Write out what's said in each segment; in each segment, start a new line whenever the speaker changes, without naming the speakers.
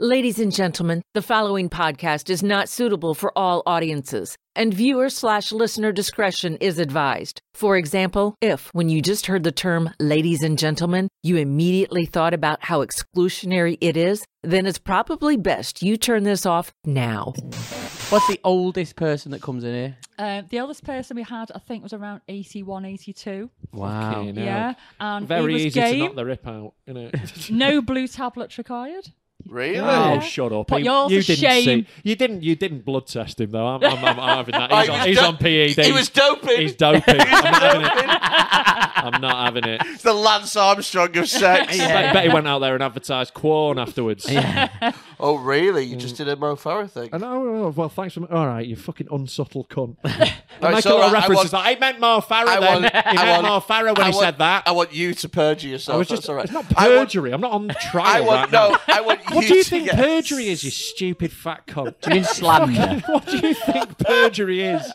Ladies and gentlemen, the following podcast is not suitable for all audiences, and viewer slash listener discretion is advised. For example, if when you just heard the term ladies and gentlemen, you immediately thought about how exclusionary it is, then it's probably best you turn this off now.
What's the oldest person that comes in here?
Um, the oldest person we had, I think, was around 81, 82.
Oh.
Wow.
Fucking
Yeah. And
Very
he was
easy to
game.
knock the rip out, innit?
No blue tablet required.
Really?
Oh,
Yeah.
shut up!
But
He-
yours
you
is
didn't
shame.
see. You didn't. You didn't blood test him though. I'm, I'm, I'm having that.
Oh,
He's,
he
on,
was
he's
do-
on PED.
he was doping.
He's doping. I'm not having it. I'm not having it.
It's the Lance Armstrong of sex.
Bet, bet he went out there and advertised Quorn afterwards.
Oh, really? You just did a Mo Farah thing.
And oh, oh, well, thanks for all right. You fucking unsubtle cunt.
No,
I
it's
make a
all
lot
right, I
of
want-
references. like, I meant Mo Farah. then. he meant Mo Farah when
I want-
he said that.
I want you to perjure yourself.
I was
That's
just.
all right.
It's not
I want-
perjury. I'm not on trial.
I want
right now.
no. I want you.
What do you
to
think
get-
perjury is, you stupid fat cunt?
Do you mean slander?
what do you think perjury is?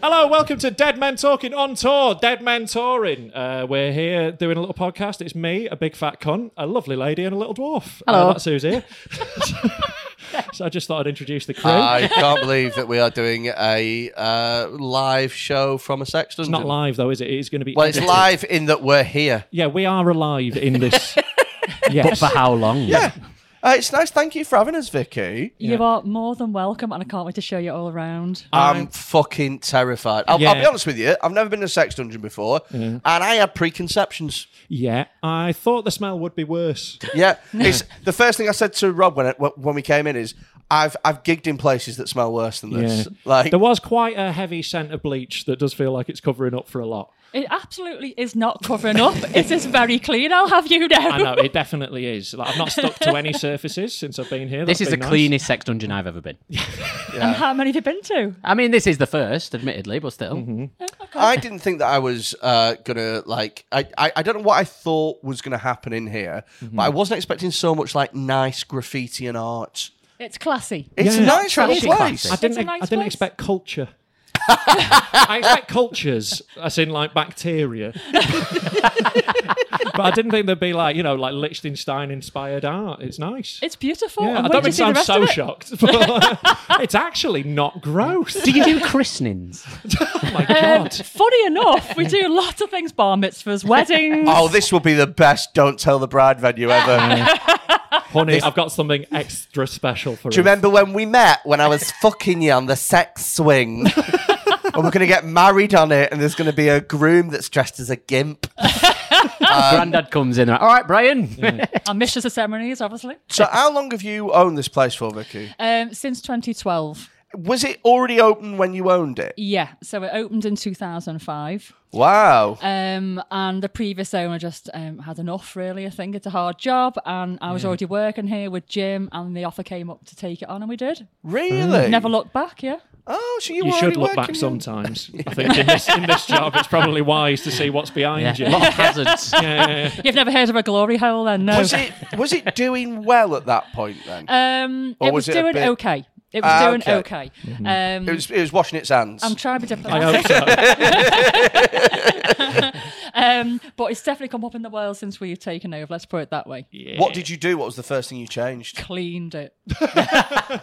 Hello, welcome to Dead Men Talking on Tour. Dead Men Touring. Uh, we're here doing a little podcast. It's me, a big fat cunt, a lovely lady, and a little dwarf. Hello, that's who's here. so I just thought I'd introduce the crew.
I can't believe that we are doing a uh, live show from a sex
it's
dungeon.
not live though, is it? It's going to be.
Well, it's
edited.
live in that we're here.
Yeah, we are alive in this. yes.
For how long? Yeah.
Uh, it's nice. Thank you for having us, Vicky.
Yeah.
You are more than welcome, and I can't wait to show you all around.
I'm fucking terrified. I'll, I'll be
Yeah.
honest with you. I've never been in a sex dungeon before, and I had preconceptions.
Yeah, I thought the smell would be worse.
Yeah, it's the first thing I said to Rob when it, when we came in is I've I've gigged in places that smell worse than
Yeah.
this. Like
there was quite a heavy scent of bleach that does feel like it's covering up for a lot.
It absolutely is not covering up. It's just very clean, I'll have you know.
I know it definitely is. Like, I've not stuck to any surfaces since I've been here.
This
That's
is the
been nice.
cleanest sex dungeon I've ever been.
And how many have you been to?
I mean, this is the first, admittedly, but still.
Mm-hmm.
I didn't think that I was uh, gonna like I, I I don't know what I thought was gonna happen in here, but I wasn't expecting so much like nice graffiti and art.
It's classy.
It's
Yeah.
a nice little
Trashy
place.
classic.
I didn't.
It's a nice
I didn't
place.
expect culture. I expect cultures, as in like bacteria. but I didn't think there'd be like you know like Liechtenstein inspired art. It's nice.
It's beautiful. and
yeah, I
wait
don't
till
mean
you
to
see the
sound
rest
so
of it.
shocked, but it's actually not gross.
Do you do christenings?
Oh my god!
Um, Funny enough, we do lots of things bar mitzvahs, weddings.
Oh, this will be the best "Don't Tell the Bride" venue ever.
Honey, I've got something extra special for
Do you remember when we met when I was fucking you on the sex swing? and we're gonna get married on it, and there's gonna be a groom that's dressed as a gimp. Um,
Grandad comes in. All right, Brian.
Our missions and ceremonies, obviously.
So, how long have you owned this place for, Vicky?
Um, since 2012.
Was it already open when you owned it?
Yeah, so it opened in 2005.
Wow.
Um, and the previous owner just um, had enough, really. I think it's a hard job. And I was already working here with Jim, and the offer came up to take it on, and we did. Mm.
Really?
Never looked back, yeah.
Oh, so you,
You
were
should
already
look
working
back
there.
sometimes. I think in this, in this job, it's probably wise to see what's
Yeah.
behind
A lot
you.
of hazards.
You've never heard of a glory hole then, no?
Was it was it doing well at that point then?
Um,
Or
it
was
was,
it a
doing
bit-
okay. It was
Ah,
doing
okay.
okay. Um,
it was it was washing its hands.
I'm trying to be
I
diplomatic,
hope so.
um, but it's definitely come up in the world since we've taken over. Let's put it that way.
What did you do? What was the first thing you changed?
Cleaned it.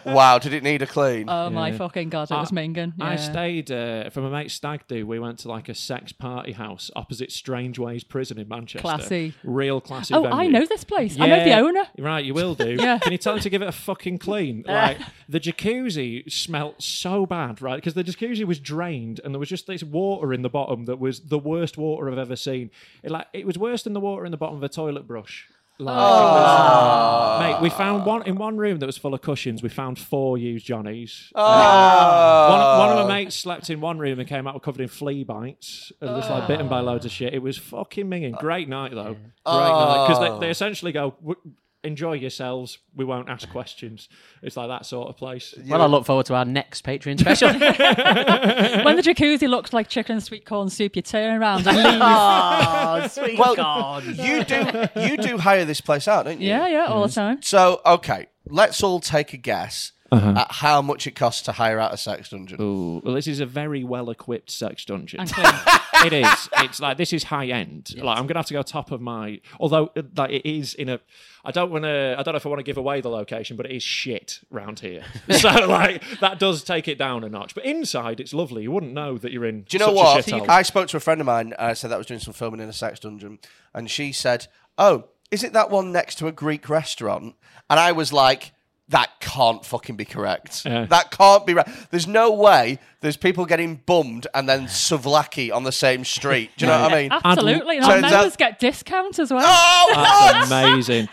wow, did it need a clean?
Uh,
Oh my fucking god, it was minging.
I
yeah.
stayed uh, from a mate's stag do. We went to like a sex party house opposite Strangeways Prison in Manchester.
Classy.
real classy.
Oh,
venue.
I know this place. I know the
Yeah.
owner.
Right, you will do. yeah. Can you tell him to give it a fucking clean? Like the jacuzzi smelt so bad, right? Because the jacuzzi was drained and there was just this water in the bottom that was the worst water I've ever seen. It, like it was worse than the water in the bottom of a toilet brush. Like, it was- mate, we found one in one room that was full of cushions. We found four used Johnnies. One, one of my mates slept in one room and came out covered in flea bites and was like bitten by loads of shit. It was fucking minging. Great night though. Great night because they, they essentially go. "W- Enjoy yourselves. We won't ask questions. It's like that sort of place.
Well, I look forward to our next Patreon special.
When the jacuzzi looks like chicken and sweet corn soup, you turn around and leave.
oh, sweet
Well,
God.
you do you do hire this place out, don't you?
yeah, yeah, all the time.
So okay, let's all take a guess at how much it costs to hire out a sex dungeon.
Ooh, well, this is a very well-equipped sex dungeon.
And clean.
it is. It's like this is high end. Like I'm gonna have to go top of my. Although uh, like it is in a. I don't want to. I don't know if I want to give away the location, but it is shit round here. so like that does take it down a notch. But inside, it's lovely. You wouldn't know that you're in.
Do you know
such a
what?
shithole.
I spoke to a friend of mine. I said that I was doing some filming in a sex dungeon, and she said, "Oh, is it that one next to a Greek restaurant?" And I was like, "That can't fucking be correct. That can't be right. There's no way. There's people getting bummed and then souvlaki on the same street. Do you know what I mean?"
Absolutely. And
So
our
is that-
members get discounts as well.
Oh, what?
That's amazing.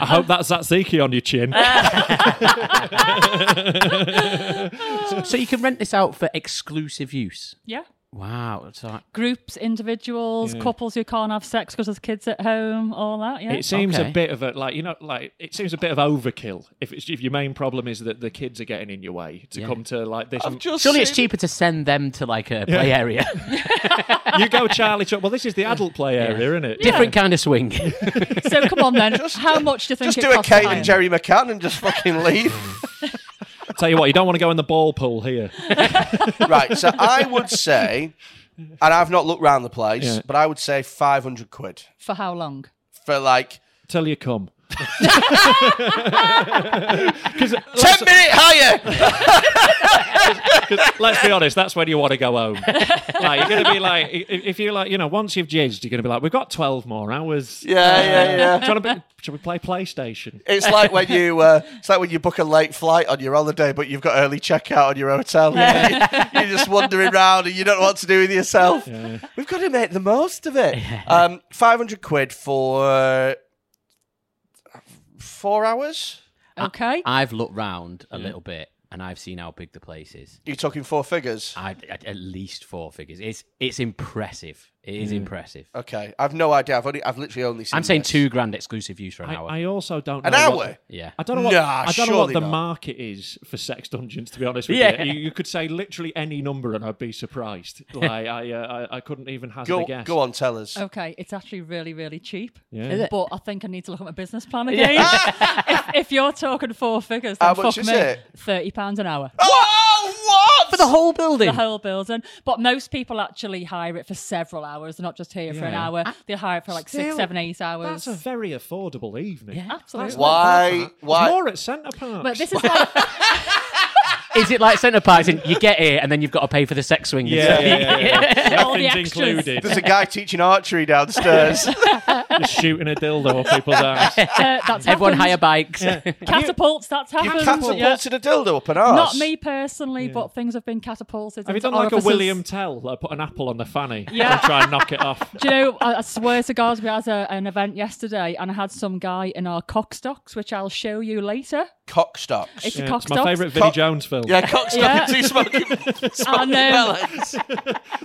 I hope that's Zatziki on your chin.
So you can rent this out for exclusive use.
Yeah.
Wow. It's like,
Groups, individuals, couples who can't have sex because there's kids at home, all that. Yeah.
It seems
Okay.
a bit of a like you know like it seems a bit of overkill if it's if your main problem is that the kids are getting in your way to come to like this.
Just
surely it's
seen-
cheaper to send them to like a play area.
you go Charlie Chuck. Well, this is the adult play area, isn't it?
Different kind of swing.
so come on then. How much do you think
Just
it
do a
costs to
Kate
hire?
and Jerry McCann and just fucking leave.
Tell you what, you don't want to go in the ball pool here.
right. So I would say, and I've not looked round the place,
Yeah.
but I would say 500 quid
For how long?
for like
Till you come. 'Cause
10 minute hire.
let's, let's be honest, that's when you want to go home. Like, you're going to be like, i- if you're like, you know, once you've jizzed, you're going to be like, we've got 12 more hours. Uh,
Yeah, yeah, yeah.
Do you want to be, should we play PlayStation?
It's like when you uh, it's like when you book a late flight on your holiday, but you've got early checkout on your hotel. You're just wandering round and you don't know what to do with yourself. We've got to make the most of it. Um, Five hundred quid for uh, four hours.
Okay.
I've looked round a little bit and I've seen how big the place is.
You're talking four figures.
I, at, at least four figures. It's it's impressive. It is
Mm.
impressive.
Okay, I've no idea. I've only I've literally only seen.
I'm saying
this.
two grand exclusive use for an
I,
hour.
I also don't know.
An
What,
hour?
yeah.
I don't know what,
Nah,
I don't know what
surely
the
not.
market is for sex dungeons, to be honest with
Yeah.
you. you. You could say literally any number and I'd be surprised. Like, I, uh, I, I couldn't even hazard
Go,
a guess.
go on, tell us.
Oh,
Okay, it's actually really, really cheap.
Yeah.
But I think I need to look at my business plan again. if, if you're talking four figures, then
How much
fuck
is
me,
it?
thirty pounds an hour.
Oh, what?
For the whole building.
The whole building, but most people actually hire it for several hours. They're not just here for an
Yeah.
hour. They hire it for like six,
Still,
seven, eight hours.
That's a very affordable evening.
Absolutely.
why?
It's
Why?
more at Centre Park.
But this is like uh,
Is it like centre parts and you get here and then you've got to pay for the sex swing?
yeah, yeah, yeah, yeah.
All the
Nothing's
extras.
included.
There's a guy teaching archery downstairs.
Just shooting a dildo off people's ass.
uh, that's
Everyone
happened.
hire bikes.
catapults. That's
you
happened. yeah.
catapulted a dildo up an arse.
Not me personally, but things have been catapulted.
Have you
into
done like a
orifices.
William Tell? Like put an apple on the fanny
Yeah.
and try and knock it off.
Do you know, I, I swear to God, we had a, an event yesterday and I had some guy in our cockstocks, which I'll show you later.
Cockstocks.
It's a
Yeah,
cock
it's my
stocks.
favourite Vinnie Jones film.
Yeah, Cockstocks.
Yeah.
Two smoking, smoking
know.
pellets.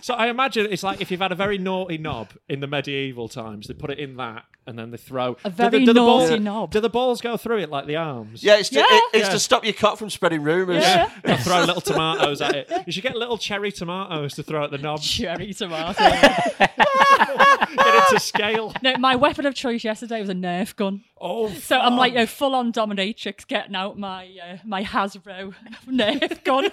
So I imagine it's like if you've had a very naughty knob in the medieval times, they put it in that and then they throw
A very naughty knob.
Do the balls go through it like the arms?
Yeah, it's, to,
Yeah.
it- it's
Yeah.
to stop your cock from spreading rumours.
Yeah.
They'll throw little tomatoes at it. You should get little cherry tomatoes to throw at the knob.
Cherry tomato.
Get it to scale.
no, my weapon of choice yesterday was a Nerf gun.
Oh,
So I'm like, you know, full on dominatrix getting out my uh, my Hasbro Nerf gun.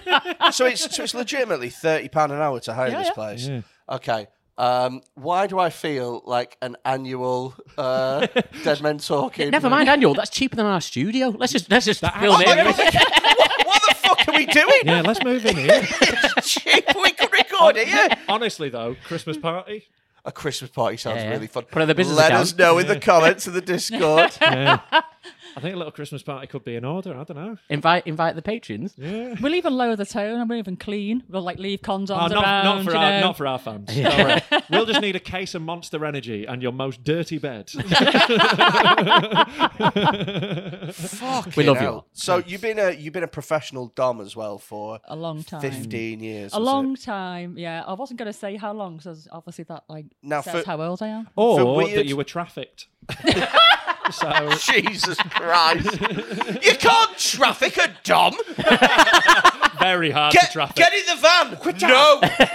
So it's so it's legitimately thirty pound an hour to hire this
yeah.
place. Okay. Um, why do I feel like an annual uh, Dead Men Talking?
Never mind, annual. That's cheaper than our studio. Let's just let's just film
What,
it.
Oh, what, what the fuck are we doing?
yeah, let's move in here.
Cheap, we could record it. Yeah.
Honestly, though, Christmas party.
A Christmas party sounds
Yeah, yeah.
really fun.
Put it on the business
Let
account.
us know in the comments of the Discord.
I think a little Christmas party could be in order. I don't know.
invite invite the patrons.
we'll even lower the tone and we'll even clean. We'll like leave condoms
Oh, not,
around.
not for
you
our
know.
not for our fans. Don't worry. We'll just need a case of Monster Energy and your most dirty bed.
Fucking
We love you
hell.
all.
So you've been a you've been a professional dom as well for
a long time.
fifteen years.
A
was
long
it?
time, yeah. I wasn't going to say how long, because obviously that like
Now,
says
for-
how old I am.
or that
weird-
you were trafficked. so
Jesus Christ! you can't traffic a dom.
very hard to
Get,
traffic.
get in the van.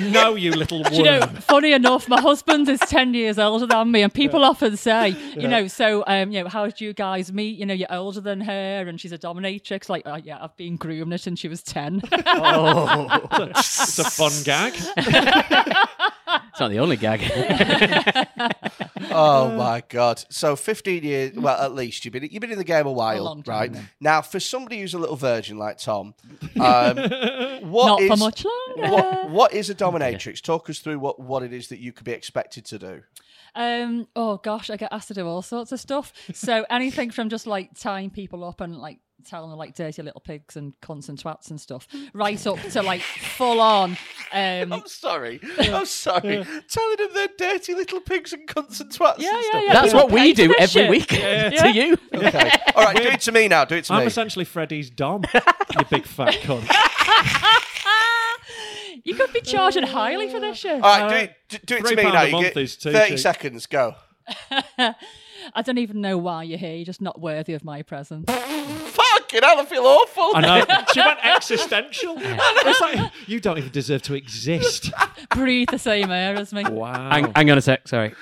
no.
no, you little worm.
Do you know, funny enough, my husband is 10 years older than me, and people often say, you know, so, um, you know, how did you guys meet? You know, you're older than her, and she's a dominatrix. Like, oh, yeah, I've been grooming her since she was 10.
it's a fun gag.
It's not the only gag.
Oh my God! So fifteen years. Well, at least you've been you've been in the game a while,
long time,
right?
yeah.
Now, for somebody who's a little virgin like Tom, um,
Not
what
for
is-
much longer.
What, what is a dominatrix? Talk us through what, what it is that you could be expected to do.
Um, oh gosh, I get asked to do all sorts of stuff. So anything from just like tying people up and like telling them like dirty little pigs and cunts and twats and stuff, right up to like full on. Um,
I'm sorry. Oh, I'm sorry. Telling them they're dirty little pigs and cunts and twats.
yeah,
and
yeah,
stuff.
yeah.
That's
people
what we
pay
do
for this
every
shit.
week to you.
Okay. All right, do it to me now. Do it to
I'm
me.
essentially Freddy's dom. you big fat cunt.
You could be charging highly for this shit.
All right, do it, do, do it
Three
to me
pound
now.
a
You
month
get
is too
30
cheap.
seconds. Go.
I don't even know why you're here. You're just not worthy of my presence.
Fucking hell, I feel
Oh,
awful.
I know. She went existential. It's like, you don't even deserve to exist.
Breathe the same air as me.
Wow.
Hang, hang on a sec. Sorry.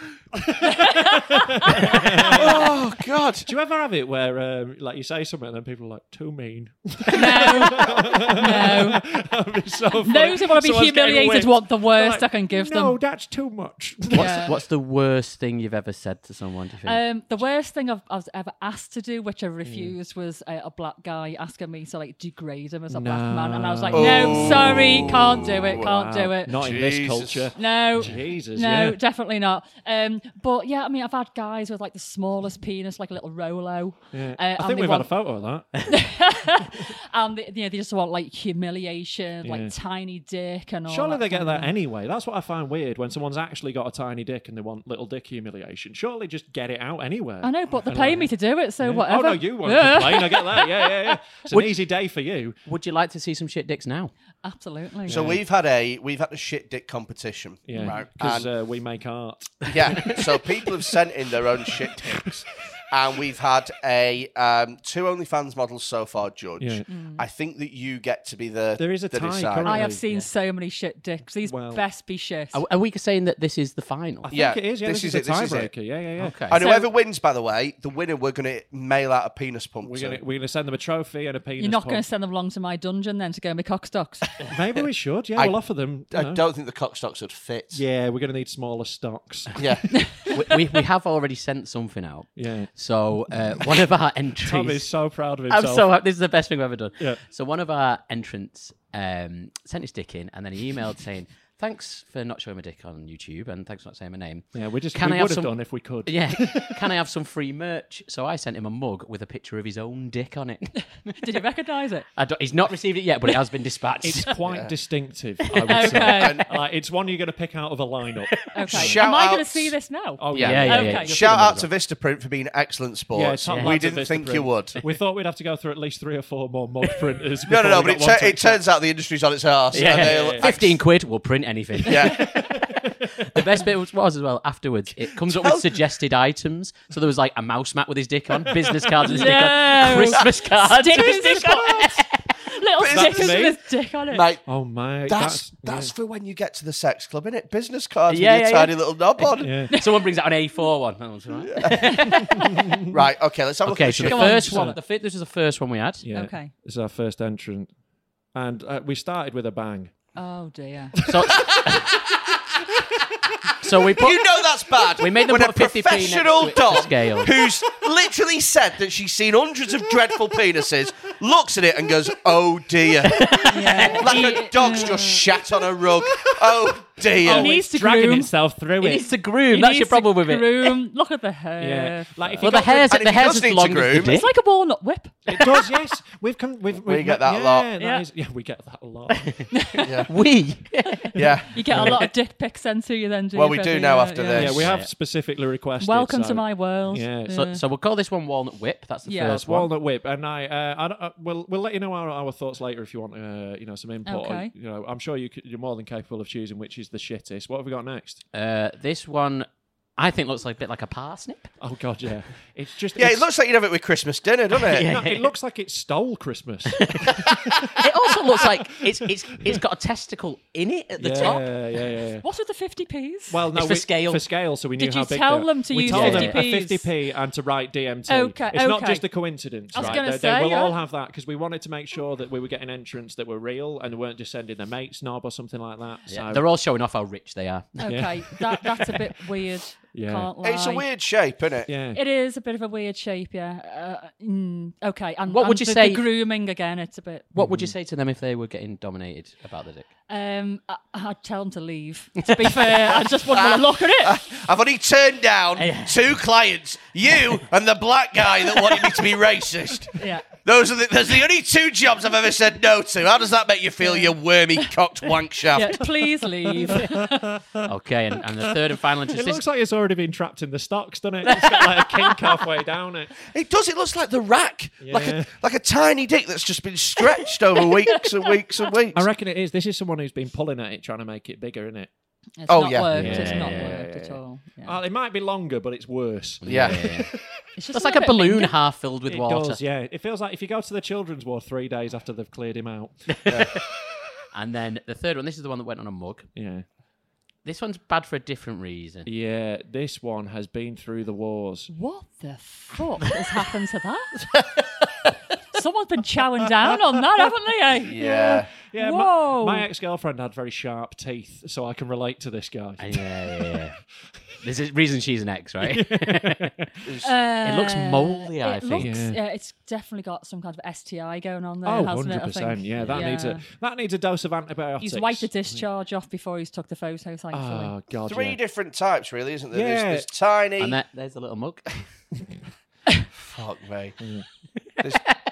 Oh, God.
Do you ever have it where, um, like, you say something and then people are like, too mean?
No,
That'd be so funny.
those who want to be
Someone's getting
humiliated
whipped.
want the worst
Like,
I can give them.
No, that's too much.
What's,
Yeah.
what's the worst thing you've ever said to someone? Do you think?
Um, the worst thing I've, I was ever asked to do, which I
Mm.
refused, was uh, a black guy asking me to like degrade him as a black man, and I was like, no, sorry, can't do it, can't do it.
Not in this
Jesus.
culture.
no,
Jesus,
no,
yeah.
definitely not. Um, but yeah, I mean, I've had guys with like the smallest penis, like a little Rolo. Yeah. Uh,
I
and
think
they
we've
want,
had a photo of that.
And they, you know, they just want like humiliation, like tiny dick, and all.
Surely
that
they
kind
get
of
that
thing.
anyway. That's what I find weird when someone's actually got a tiny dick and they want little dick humiliation. Surely just get it out anywhere.
I know, but they pay me to do it, so
Yeah.
whatever.
Oh no, you won't
Yeah.
complain. I get that. Yeah, yeah, yeah. It's an easy day for you.
Uh,
Would you like to see some shit dicks now?
Absolutely.
So we've had a we've had a shit dick competition,
Yeah,
right?
because
And-
uh, we make art.
yeah, so people have sent in their own shit dicks, and we've had a um, two OnlyFans models so far judge. Mm.
Yeah.
I think that you get to be the
There is a
the
tie
decider.
Oh,
currently.
I have
Yeah.
seen so many shit dicks. These
Well-
best be shit.
Are, are we saying that this is the final?
I
Yeah,
think it is. Yeah, this,
this
is,
is it,
a
this is it.
tiebreaker. Yeah, yeah, yeah.
Okay.
And
So-
whoever wins, by the way, the winner, we're going to mail out a penis pump
We're
to.
gonna we're gonna send them a trophy and a penis.
You're not going to
pump.
send them along to my dungeon then to go and make cockstocks.
Maybe we should. Yeah,
I-
we'll offer them. you
I
know.
don't think the cockstocks would fit.
Yeah, we're gonna need smaller stocks.
Yeah.
we, we, we have already sent something out.
Yeah.
So uh, one of our
Tom is
entries.
so proud of
I'm
himself.
so happy. This is the best thing we've ever done.
Yeah.
So one of our entrants um, sent his dick in, and then he emailed saying, thanks for not showing my dick on YouTube and thanks for not saying my name.
Yeah, we just
Can I
we
have
would have
some-
done if we could.
Yeah, can I have some free merch? So I sent him a mug with a picture of his own dick on it.
Did you recognise it?
I don't, he's not received it yet, but it has been dispatched.
It's quite distinctive, I would say.
Okay.
Like, it's one you're going to pick out of a lineup.
Okay.
Shout
Am I going to
outs.
see this now?
Oh,
yeah, yeah, yeah.
Okay.
yeah.
Shout out to Vistaprint for being excellent
Yeah,
sports.
top
we
lads at
didn't
Vista
think you
Print.
would.
We thought we'd have to go through at least three or four more mug printers.
No, no, no.
before
But
we
it,
got one
tur-
to
it
accept.
turns out the industry's on its arse.
Yeah,
and they'll-
fifteen quid will print anything.
Yeah.
the best bit was, was as well afterwards. It comes up with suggested items. So there was like a mouse mat with his dick on, business cards with his dick on,
No.
Christmas cards. with his
Stickers
dick
and cards. Little
But that's
stickers
me.
with his dick on it.
Mate,
Oh my,
that's
that's,
that's for when you get to the sex club, isn't it? Business cards
Yeah,
with your
yeah,
tiny little knob on.
yeah.
on. Someone brings out an A4 one. That one's right.
Right. Okay. Let's have a look.
Okay,
at
so
the
the
shit.
first
on.
one, the fi- this was the first one we had.
yeah.
Okay.
This is our first entrant, and uh, we started with a bang.
Oh dear.
So, so we put
You know that's bad.
We made them
when
put
a
50p next to
professional
it for
dog
scale.
who's literally said that she's seen hundreds of dreadful penises looks at it and goes, "Oh dear,"
Yeah.
like a dog's just shat on a rug. Oh dear.
Oh, needs
It's
to
dragging
groom.
itself through
It
it.
needs to groom.
He
That's your
needs to
problem with it.
groom. Look at the hair.
yeah, like if you
Well, the
got
hair's
And if
the
he
hair's
does
as
need to
long as the
groom-
dick.
It's like a walnut whip.
It does, yes. We've come. We've, we've
get that a
yeah,
lot.
that
Yeah.
is- yeah, we get that a lot.
we.
yeah.
You get a lot of dick pics sent to you then, do
Well,
you,
we do
Freddie?
now
Yeah,
after
yeah.
this.
yeah, we have specifically requested.
Welcome
so-
to my world.
Yeah, so-
So, so we'll call this one walnut whip. That's the
Yeah.
first
That's
one.
walnut whip, and I, uh, I, don't- uh, we'll we'll let you know our, our thoughts later if you want, uh, you know, some input. or,
Okay.
you know, I'm sure you could, you're more than capable of choosing which is the shittest. What have we got next?
Uh, this one, I think, looks like a bit like a parsnip.
Oh God, yeah, it's just
Yeah,
it's-
it looks like you'd have it with Christmas dinner, doesn't it?
no, it looks like it stole Christmas.
It also looks like it's it's it's got a testicle in it at the
yeah,
top.
yeah, yeah, yeah.
What are the 50p's?
Well, no,
It's for
we-
scale.
For scale, so we knew
Did
how
you
big.
tell
they-
them to
we
use
told them a
50p's?
50p and to write DMT.
Okay,
it's not
okay.
just a coincidence.
I was
right?
gonna
they,
say,
they will
yeah.
all have that because we wanted to make sure that we were getting entrants that were real and weren't just sending their mates knob or something like that.
Yeah,
so
They're all showing off how rich they are.
okay, that, that's a bit weird.
Yeah.
Can't lie.
It's a weird shape, isn't it?
yeah.
It is a bit of a weird shape, yeah. Uh, mm, okay, and
What
and
would you
the-
say-
The grooming again. It's a bit.
What would you say to them if they were getting dominated about the dick?
Um, I, I'd tell them to leave. To be fair, I just wouldn't want to look at it.
I've only turned down two clients, you and the black guy that wanted me to be racist.
Yeah.
Those are the, those are the only two jobs I've ever said no to. How does that make you feel, you wormy cocked wank shaft?
Yeah, please leave.
Okay, and, and the third and final
It
entrance.
looks
This,
like it's already been trapped in the stocks, doesn't it? It's got like a kink halfway down it.
It does. It looks like the rack, like
Yeah.
a like a tiny dick that's just been stretched over weeks and weeks and weeks.
I reckon it is. This is someone who's been pulling at it, trying to make it bigger, isn't it?
It's
Oh,
not
yeah.
worked. it's not
Yeah.
worked at all. Yeah.
Well, it might be longer, but it's worse.
yeah.
It's just
that's like a
bit mean.
balloon half filled with
It
water.
does, yeah. It feels like if you go to the children's ward three days after they've cleared him out.
And then the third one. This is the one that went on a mug.
Yeah.
This one's bad for a different reason.
Yeah, this one has been through the wars.
What the fuck has happened to that? Someone's been chowing down on that, haven't they? eh?
Yeah.
Yeah, my-
Whoa.
my, ex-girlfriend had very sharp teeth, so I can relate to this guy.
Yeah, yeah, yeah. There's a reason she's an ex, right?
Uh,
It looks mouldy, I
it
think.
looks-
Yeah.
yeah. it's definitely got some kind of STI going on there,
Oh,
hasn't it? I
100 percent.
think.
Yeah, that needs a that needs a dose of antibiotics.
He's wiped the discharge off before he's took the photo, thankfully.
Oh god.
Three
yeah.
different types, really, isn't there?
Yeah.
There's, there's tiny.
and that, there's a little mug.
Fuck me.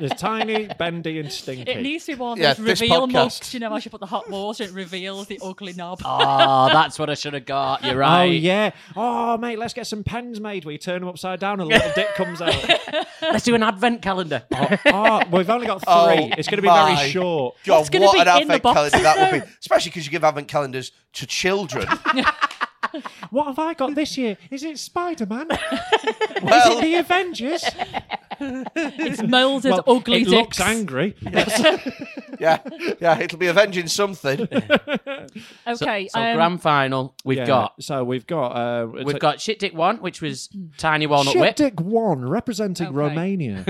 There's tiny, bendy, and stinky.
it needs to be one of
Yeah,
those
this
reveal
podcast.
mugs. You know, as you put the hot water, it reveals the ugly knob.
Oh, that's what I should have got. You're
Oh
right.
yeah. Oh mate, let's get some pens made where you turn them upside down and a little dick comes out.
Let's do an advent calendar.
Oh, we've only got three.
Oh,
it's going to be very
my
short.
God,
It's gonna
what
be
an
in
advent
the boxes,
calendar that would
though.
be, especially because you give advent calendars to children.
What have I got this year? Is it Spider Man?
Oh.
Is it
well,
the Avengers?
It's moulded, ugly
it looks
dicks.
angry.
yeah, yeah, it'll be avenging something.
Okay,
So
um,
grand final, we've
Yeah,
got
So we've got uh, it's
we've
like-
got shit dick one, which was tiny walnut
Shit
whip.
Dick One representing
Okay.
Romania.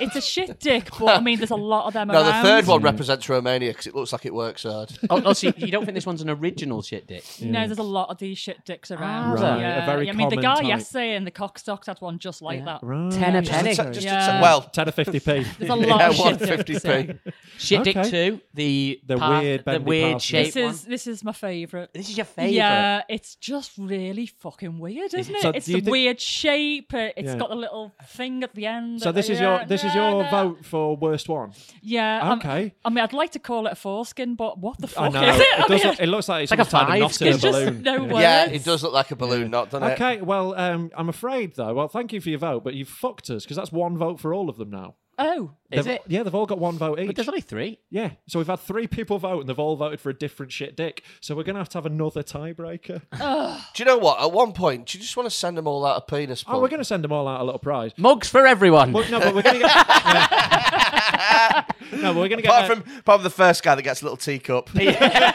it's a shit dick, but I mean, there's a lot of them
No, the
around.
third one represents Romania because it looks like it works hard.
Oh, no, see, you don't think this one's an original shit dick?
No, there's a lot of these shit dicks around.
Right, a
Yeah.
very
I mean, the
common
guy
type.
yesterday in the cockstocks had one just like that.
right.
Ten a penny.
Just a t- just a t-
Yeah.
well,
Ten or fifty p.
There's a lot
yeah,
of
one
shit dicks.
fifty
yeah.
p.
Shit dick
Okay.
two, the
The
path-
weird
the
bendy
weird
path.
shape
This is
one.
this is my favourite.
This is your favourite.
Yeah, it's just really fucking weird, isn't it?
So
it's
do
the
you think-
weird shape. uh, It's
Yeah.
got the little thing at the end.
So
uh,
this is
yeah,
your this is
yeah,
your
yeah.
vote for worst one.
Yeah. I'm-
Okay.
I mean, I'd like to call it a foreskin, but what the
I
fuck
know.
is it? I
It, does
mean,
look, it looks like it's
Like a
someone's had
five.
knot in a
It's just
balloon.
no
Yeah.
way.
Yeah,
Words.
it does look like a balloon knot, doesn't it?
Okay, well, um, I'm afraid though. Well, thank you for your vote, but you've fucked us because that's one vote for all of them now.
oh,
Is
They've-
it?
Yeah, they've all got one vote
But
each.
there's only three.
Yeah, so we've had three people vote and they've all voted for a different shit dick. So we're gonna have to have another tiebreaker.
Do you know what? At one point, do you just want to send them all out a penis?
oh,
pump?
we're gonna send them all out a little prize.
Mugs for everyone.
But no, but we're gonna get. Yeah. no, but we're gonna get
Apart
a
from, apart from the first guy that gets a little teacup. yeah,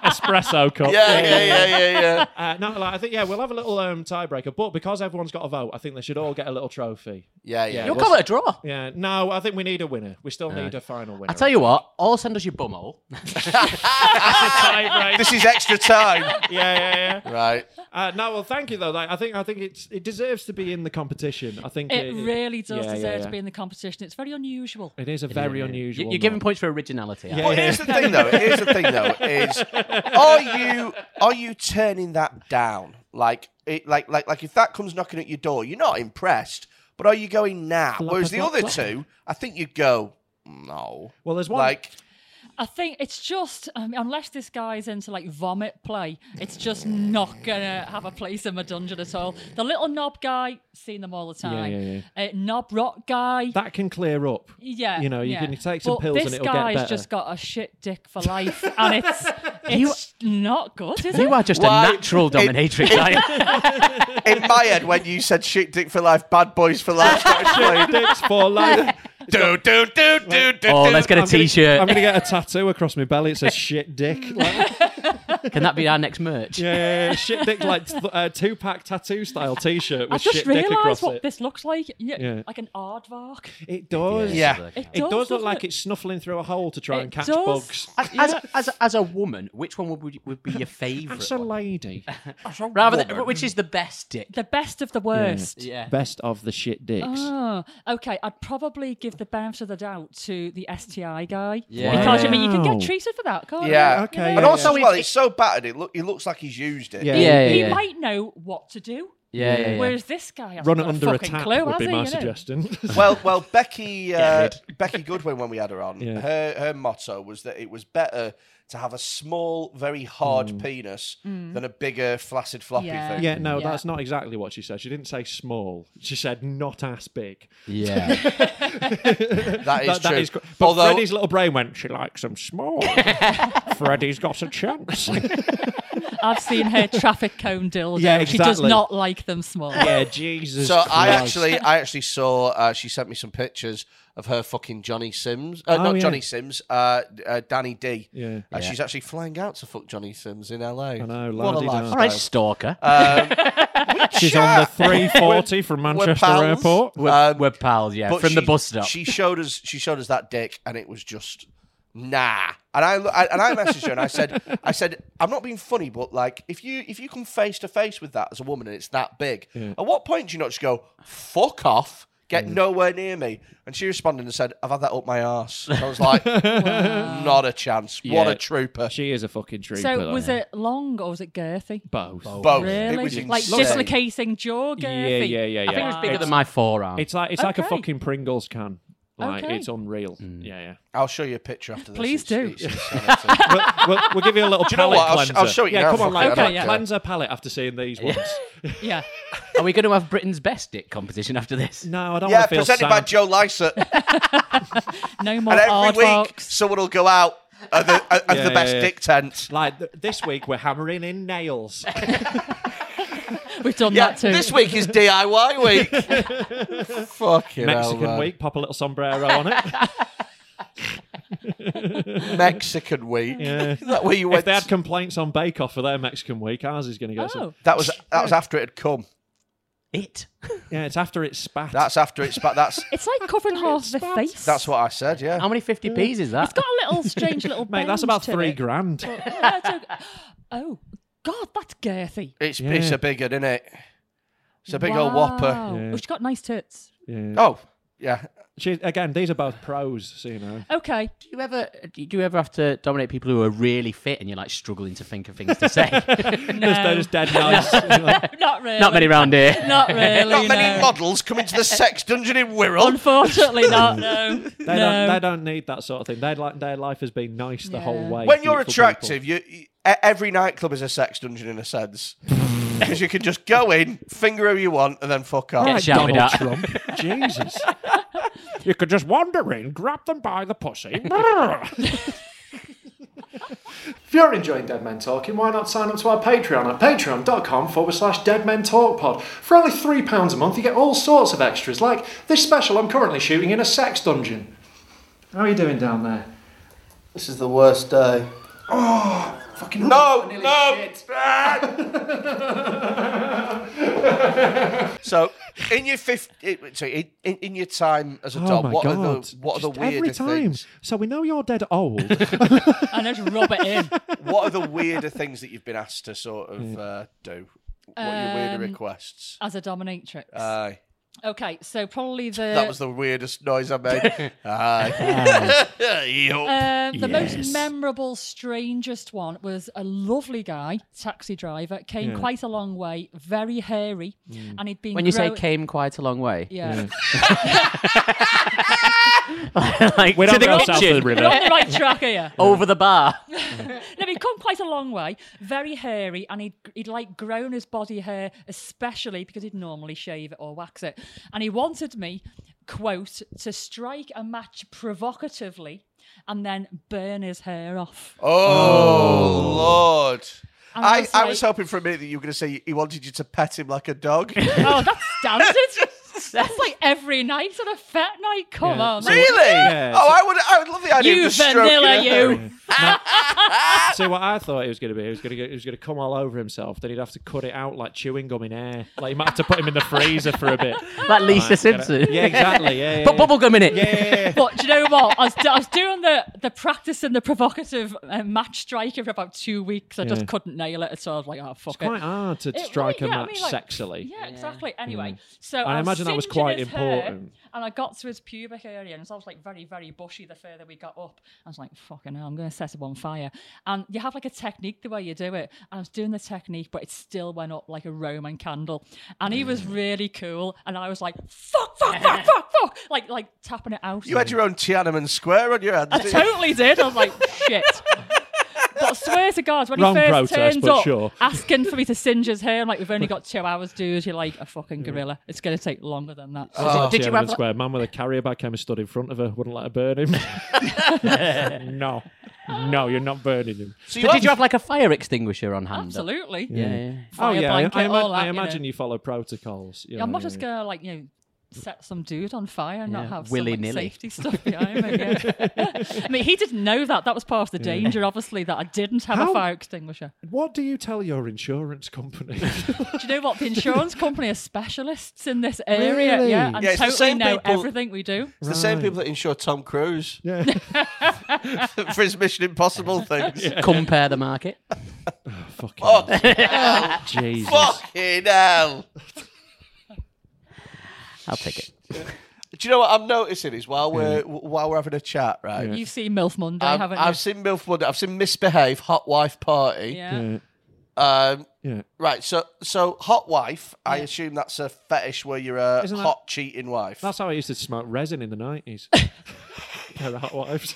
espresso cup.
yeah, yeah, yeah, yeah.
Uh, no, like, I think yeah, we'll have a little um, tiebreaker, but because everyone's got a vote, I think they should all get a little trophy.
Yeah, yeah.
You'll
What's-
call it a draw.
Yeah, no, I think we need a winner. We still need a final winner.
I tell you what, all send us your bumhole.
tiebreaker.
This is extra time.
yeah, yeah, yeah.
right.
Uh, no, well, thank you though. Like, I think I think it's it deserves to be in the competition. I think
it really does
yeah, yeah,
deserve to
yeah.
be in the competition. It's very unusual.
It is a very
You-
unusual.
You're giving
one.
points for originality.
Yeah.
Well, here's the thing, though. Here's the thing, though. Is are you are you turning that down? Like, it, like, like, like, if that comes knocking at your door, you're not impressed. But are you going now? Whereas the other two, I think you go no.
Well, there's one-
Like,
I think it's just I mean, unless this guy's into like vomit play, it's just not gonna have a place in my dungeon at all. The little knob guy, seen them all the time.
yeah,
Uh, knob rock guy.
that can clear up.
yeah,
you know, you
yeah.
can take some
But
pills and
this
it'll get
guy's
better.
just got a shit dick for life, and it's it's not good, is it?
You are just
Why-
a natural dominatrix. aren't you?
in my head, when you said "shit dick for life," "bad boys for life," started
Shit
playing.
dicks for life.
do do do do do.
oh, let's get a
I'm gonna-
t-shirt.
I'm gonna get a tattoo across my belly. It says "shit dick." Like,
Can that be our next merch?
yeah, yeah, yeah, shit dick, like th- uh, two-pack tattoo style T-shirt
I
with
just
shit dick across
realised what
it.
this looks like. Yeah,
Yeah.
like an aardvark.
It does.
Yeah.
It,
It does, look
doesn't
like
it?
it's snuffling through a hole to try
It
and catch
does.
bugs.
As, as, as, as a woman, which one would, would be your favourite?
That's a
one?
lady.
Rather than, which is the best dick?
the best of the worst.
Yeah.
Best of the shit dicks.
Oh, okay. I'd probably give the benefit of the doubt to the STI guy.
Yeah.
Because, I mean, you can
Wow.
get treated for that, can't you?
Yeah.
Okay,
And
yeah,
also,
yeah.
well, it's so battered. It look, it looks like he's used it.
Yeah.
He,
Yeah, yeah,
he
yeah.
might know what to do.
Yeah, yeah, yeah.
Whereas this guy hasn't
Run it
got
under a
fucking
tap
clue,
would
has
be
he,
my
you know?
suggestion.
well, well, Becky uh, Becky Goodwin, when we had her on,
Yeah.
her her motto was that it was better to have a small, very hard penis than a bigger, flaccid, floppy
Yeah.
thing.
yeah, no,
Yeah.
that's not exactly what she said. She didn't say small. She said not ass big.
Yeah.
That is
That- that
true.
is cr- but
Although,
Freddie's little brain went, she likes them small. Freddie's got a chance.
I've seen her traffic cone dildos.
Yeah,
She does
exactly.
not like them small.
yeah, Jesus.
so I
Christ.
actually, I actually saw. Uh, she sent me some pictures of her fucking Johnny Sims, uh,
Oh,
not
yeah.
Johnny Sims, uh, uh, Danny D.
Yeah.
Uh, She's actually flying out to fuck Johnny Sims in LA. I
know,
what a lifestyle.
la-di-da.
All right, Uh, stalker.
She's on the 340 from
We're
Manchester
pals.
Airport.
we're,
um,
we're pals, yeah.
But
From the
she-
bus stop.
She showed us. She showed us that dick, and it was just nah. And I, I and I messaged her and I said, I said, I'm not being funny, but like if you if you come face to face with that as a woman and it's that big, at what point do you not just go fuck off? Get nowhere near me. And she responded and said, I've had that up my arse. And I was like, not a chance. What
Yeah.
a trooper.
She is a fucking trooper.
So was it long or was it girthy?
both?
Both.
Really?
It was
like
insane.
dislocating jaw
Yeah,
girthy?
yeah, yeah,
I think it
yeah.
was bigger than my forearm.
It's like it's like a
Okay.
fucking Pringles can. Like
Okay.
it's unreal. Yeah, yeah.
I'll show you a picture after this.
Please do.
It's, it's insanity.
we'll, we'll, we'll give you a little
you know
palate
what? I'll sh-
cleanser.
I'll show you
Yeah,
now,
come on,
fuck
like,
it, I don't
okay,
care.
cleanse her palate after seeing these ones.
yeah.
Are we going to have Britain's best dick competition after this?
No, I don't
yeah,
want to feel
presented
sad.
by Joe Lycett.
No more
and every week,
aardvarks.
someone will go out of the, of
Yeah,
the best
yeah, yeah.
dick tent.
like th- this week, we're hammering in nails.
We've done
Yeah,
that too.
this week is DIY week. Fucking hell,
Mexican
man.
week, pop a little sombrero on it.
Mexican week. is that where you
if
went?
they had complaints on Bake Off for their Mexican week, ours is going to get some.
Oh.
that was that was after it had come.
It.
Yeah, it's after it's spat.
That's after it's but that's
It's like covering half the face.
that's what I said. Yeah.
How many 50p's is that?
It's got a little strange little
Mate, that's
bend
about
to
three
it.
grand.
Yeah, it's okay. Oh, God, that's girthy.
It's it's
Yeah.
a big one, isn't it? It's a big old
Wow.
whopper.
Oh, she's got nice tits.
Yeah.
Oh, Yeah.
She, again, these are both pros, so you know.
Okay.
Do you ever do you ever have to dominate people who are really fit and you're like struggling to think of things to say?
Just- they're just dead nice.
Not really.
Not many round here.
Not really.
Not many
no.
models come into the sex dungeon in Wirral.
Unfortunately, not. No.
They,
no.
don't, they don't need that sort of thing. Their, li- their life has been nice the whole
Yeah.
way.
When you're
Beautiful
attractive, you, you e- every nightclub is a sex dungeon in a sense. Because you can just go in, finger who you want, and then fuck off.
people.
Get shouted
Donald
at.
Trump. Jesus. You could just wander in, grab them by the pussy. If you're enjoying Dead Men Talking, why not sign up to our Patreon at patreon.com forward slash Dead Men Talk Pod. For only £3 a month, you get all sorts of extras, like this special I'm currently shooting in a sex dungeon. How are you doing down there?
This is the worst day.
Fucking
No, no. Ah! so, in your fifth, i- so in, in, in your time as a
Oh
dog, what are the what are the weirder things?
So we know you're dead old.
And just rub it in.
What are the weirder things that you've been asked to sort of uh, do? What are your weirder requests?
Um, As a dominatrix.
Aye,
okay, so probably the
that was the weirdest noise I made. Aye. Yup.
Um, the
Yes.
most memorable, strangest one was a lovely guy, taxi driver, came
Yeah. Mm.
quite a long way, very hairy, and he'd been.
When you say
grow-
came quite a long way,
yeah,
like
We
to
don't
the
go south of the
kitchen,
river.
we're on the right track here.
over the bar.
No, he'd come quite a long way, very hairy, and he'd he'd like grown his body hair, especially because he'd normally shave it or wax it, and he wanted me, quote, to strike a match provocatively. And then burn his hair off.
Oh, Lord.
And
I,
was
I was
like-
hoping for a minute that you were going to say he wanted you to pet him like a dog.
Oh, that's standard. that's like every night on a fat night. Come on.
really?
Yeah.
Oh, I would I would love the idea
You
of just stroking
vanilla,
a hair.
you.
See what I thought he was going to be. He was going to he was going to come all over himself. Then he'd have to cut it out like chewing gum in air. Like you might have to put him in the freezer for a bit.
Like Lisa Simpson.
Yeah, exactly. Yeah, yeah,
Put
yeah.
bubblegum in it.
But do you know what? I was, I was doing the, the practice and the provocative uh, match striker for about two weeks. I
Yeah.
just couldn't nail it at all. I was like, oh, fuck
It's quite
it.
hard to
It-
strike
well,
a
yeah, I
match
mean, like-
sexily.
Yeah, exactly. Anyway, so
And I
was
imagine that was
singeing
quite
his hair,
important.
and I got to his pubic area, and so I was like very, very bushy. The further we got up, I was like, "Fucking hell, I'm going to set him on fire." And you have like a technique the way you do it. And I was doing the technique, but it still went up like a Roman candle. And he was
Mm.
really cool, and I was like, "Fuck, fuck, fuck, fuck, fuck!" Like, like tapping it out.
You had your own Tiananmen Square on your hand.
I
didn't you?
totally did. I was like, shit. But I swear to God, when
Wrong
he first
protest,
turned
but
up
sure.
asking for me to singe his hair, I'm like, we've only got two hours, dude. You're like a fucking gorilla. It's going to take longer than that.
Oh,
Oh,
Did you have square man with a carrier bag came and stood in front of her? Wouldn't let her burn him. no, no, you're not burning him.
So
So did you have like a fire extinguisher on hand?
Absolutely.
Yeah. yeah.
Oh
Fire
yeah, I,
blanket,
I, ima-
all that,
I imagine
you.
you follow protocols. you
know. I'm
know,
not just going to, like, you know, set some dude on fire and
Yeah.
not have some
Willy-nilly.
like, safety stuff behind me. yeah. I mean, he didn't know that. That was part of the danger, obviously, that I didn't have
How-
a fire extinguisher.
What do you tell your insurance company?
Do you know what? The insurance company are specialists in this area.
Really?
Yeah, and
Yeah, it's the
totally
same
know
people-
everything we do.
It's the same people that insure Tom Cruise
yeah.
for his Mission Impossible things.
Compare the market.
Fucking
Oh,
Jesus.
fucking hell.
I'll take it.
Do you know what I'm noticing is while we're while we're having a chat, right?
You've seen MILF Monday,
I've,
haven't
I've
you?
seen MILF Monday. I've seen Misbehave, Hot Wife Party.
yeah.
Yeah.
Um,
Yeah.
right, so so Hot Wife, I assume that's a fetish where you're a
Isn't that-
hot cheating wife.
That's how I used to smoke resin in the nineties. Pair of hot wives.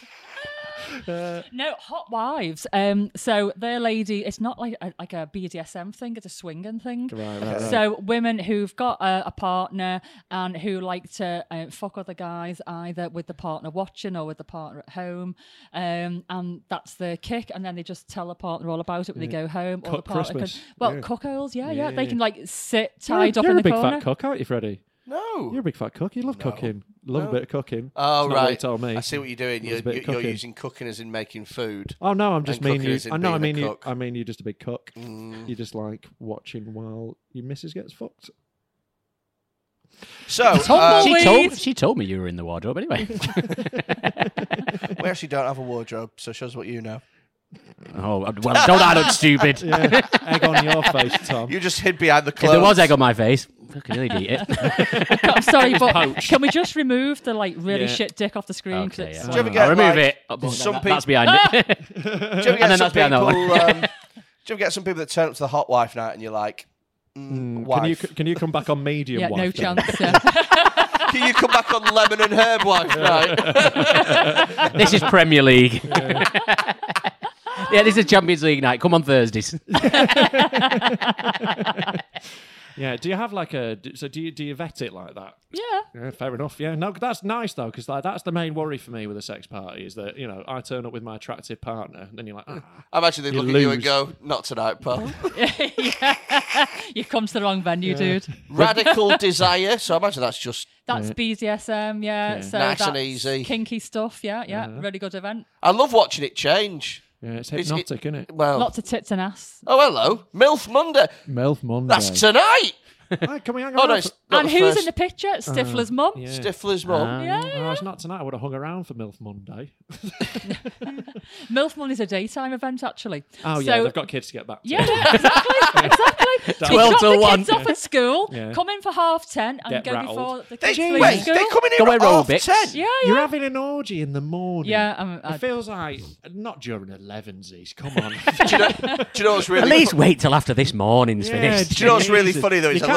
No, Hot Wives. Um, so their lady, it's not like a, like a BDSM thing; it's a swinging thing.
Right, right, right.
So women who've got a, a partner and who like to uh, fuck other guys, either with the partner watching or with the partner at home, um, and that's their kick. And then they just tell the partner all about it when they go home. or
Cut
the partner
Christmas.
can, well,
Yeah.
cuckolds, yeah, yeah,
Yeah,
they
yeah.
can like sit
You're a-
tied up
you're
in
a
the
big
corner.
fat cock, aren't you, Freddie?
no.
You're a big fat cook. You love cooking. Love a bit of cooking.
Oh
It's not
right,
What you told me.
I see what you're doing.
It was
You're,
a bit of
you're
cooking.
using cooking as in making food.
Oh no, I'm just
And
meaning
cooking
you.
as in
I know. I
being a
mean you.
cook. Mm.
I mean you're just a big cook. You're just like watching while your missus gets fucked.
So
Tumbleweed.
um,
She
Please.
told, she told me you were in the wardrobe anyway.
we actually don't have a wardrobe, so show us what you know.
oh, well, don't I look stupid?
Yeah. Egg on your face, Tom.
You just hid behind the
If
clothes.
there was egg on my face, fucking nearly eat it.
I'm sorry, but
poached.
can we just remove the like really
Yeah.
shit dick off the screen? 'Cause
Okay,
it's-
yeah.
Do you ever
I'll
get,
remove
like,
it. Oh, well,
some
that-
peop-
that's behind
Do you
it.
ever get
And
some
then that's behind that one.
people? um, do you ever get some people that turn up to the hot wife night and you're like, mm, wife,
Can you can you come back on medium?
Yeah,
wife,
no
then?
chance. uh, yeah.
Can you come back on lemon and herb wife night?
this is Premier League. Yeah. this is Champions League night. Come on Thursdays.
Yeah. Do you have like a d- so do you do you vet it like that?
yeah.
Yeah, fair enough. Yeah, no, that's nice though, because like that's the main worry for me with a sex party is that you know I turn up with my attractive partner, and then you're like, ah.
I imagine they
You
look at you and
lose.
go, not tonight, pal.
You come to the wrong venue, dude.
Radical desire. So I imagine that's just.
That's BDSM, yeah. So
Nice and
that's
easy.
Kinky stuff, yeah, yeah.
Uh-huh.
Really good event.
I love watching it change.
yeah, it's
It's-
hypnotic, isn't it?
Well,
Lots of tits and ass.
oh hello, MILF Monday.
Melf Monday.
That's tonight.
Hey, can we hang
Oh
around
no,
for-
it's not
and
the
who's
first.
in the picture? Stifler's mum.
Uh-huh. Yeah.
Stifler's mum.
Oh, it's not tonight. I would have hung around for MILF Monday.
MILF Monday is a daytime event, actually.
Oh yeah,
So-
they've got kids to get back. To.
Yeah, yeah, exactly, exactly.
That's-
You
12
drop
till
the
one.
kids off at school,
Yeah.
come in for half ten, and
Get
go
rattled.
before the
They,
kids leave
wait,
school.
they're coming
Go
in at
away,
half
Robic.
ten.
Yeah, yeah.
You're having an orgy in the morning.
Yeah, I'm- I-
it feels like not during elevensies. Come on.
Do you know, do you know what's
At
really?
least wait till after this morning's finished.
Do you know what's really funny, though,
You
is I
can't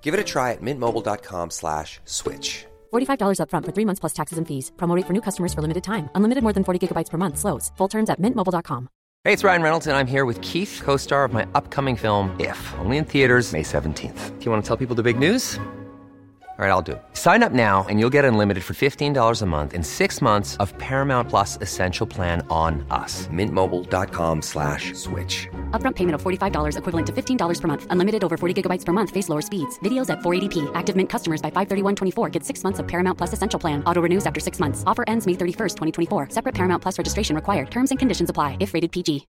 Give it a try at mintmobile.com slash switch.
$45 upfront for three months plus taxes and fees. Promo rate for new customers for limited time. Unlimited more than 40 gigabytes per month. Slows. Full terms at mintmobile.com.
Hey, it's Ryan Reynolds, and I'm here with Keith, co star of my upcoming film, If, only in theaters, May 17th. Do you want to tell people the big news? All right, I'll do it. Sign up now and you'll get unlimited for $15 a month in six months of Paramount Plus Essential Plan on us. Mintmobile.com slash switch.
Upfront payment of $45 equivalent to $15 per month. Unlimited over 40 gigabytes per month. Face lower speeds. Videos at 480p. Active Mint customers by 531.24 get six months of Paramount Plus Essential Plan. Auto renews after six months. Offer ends May 31st, 2024. Separate Paramount Plus registration required. Terms and conditions apply if rated PG.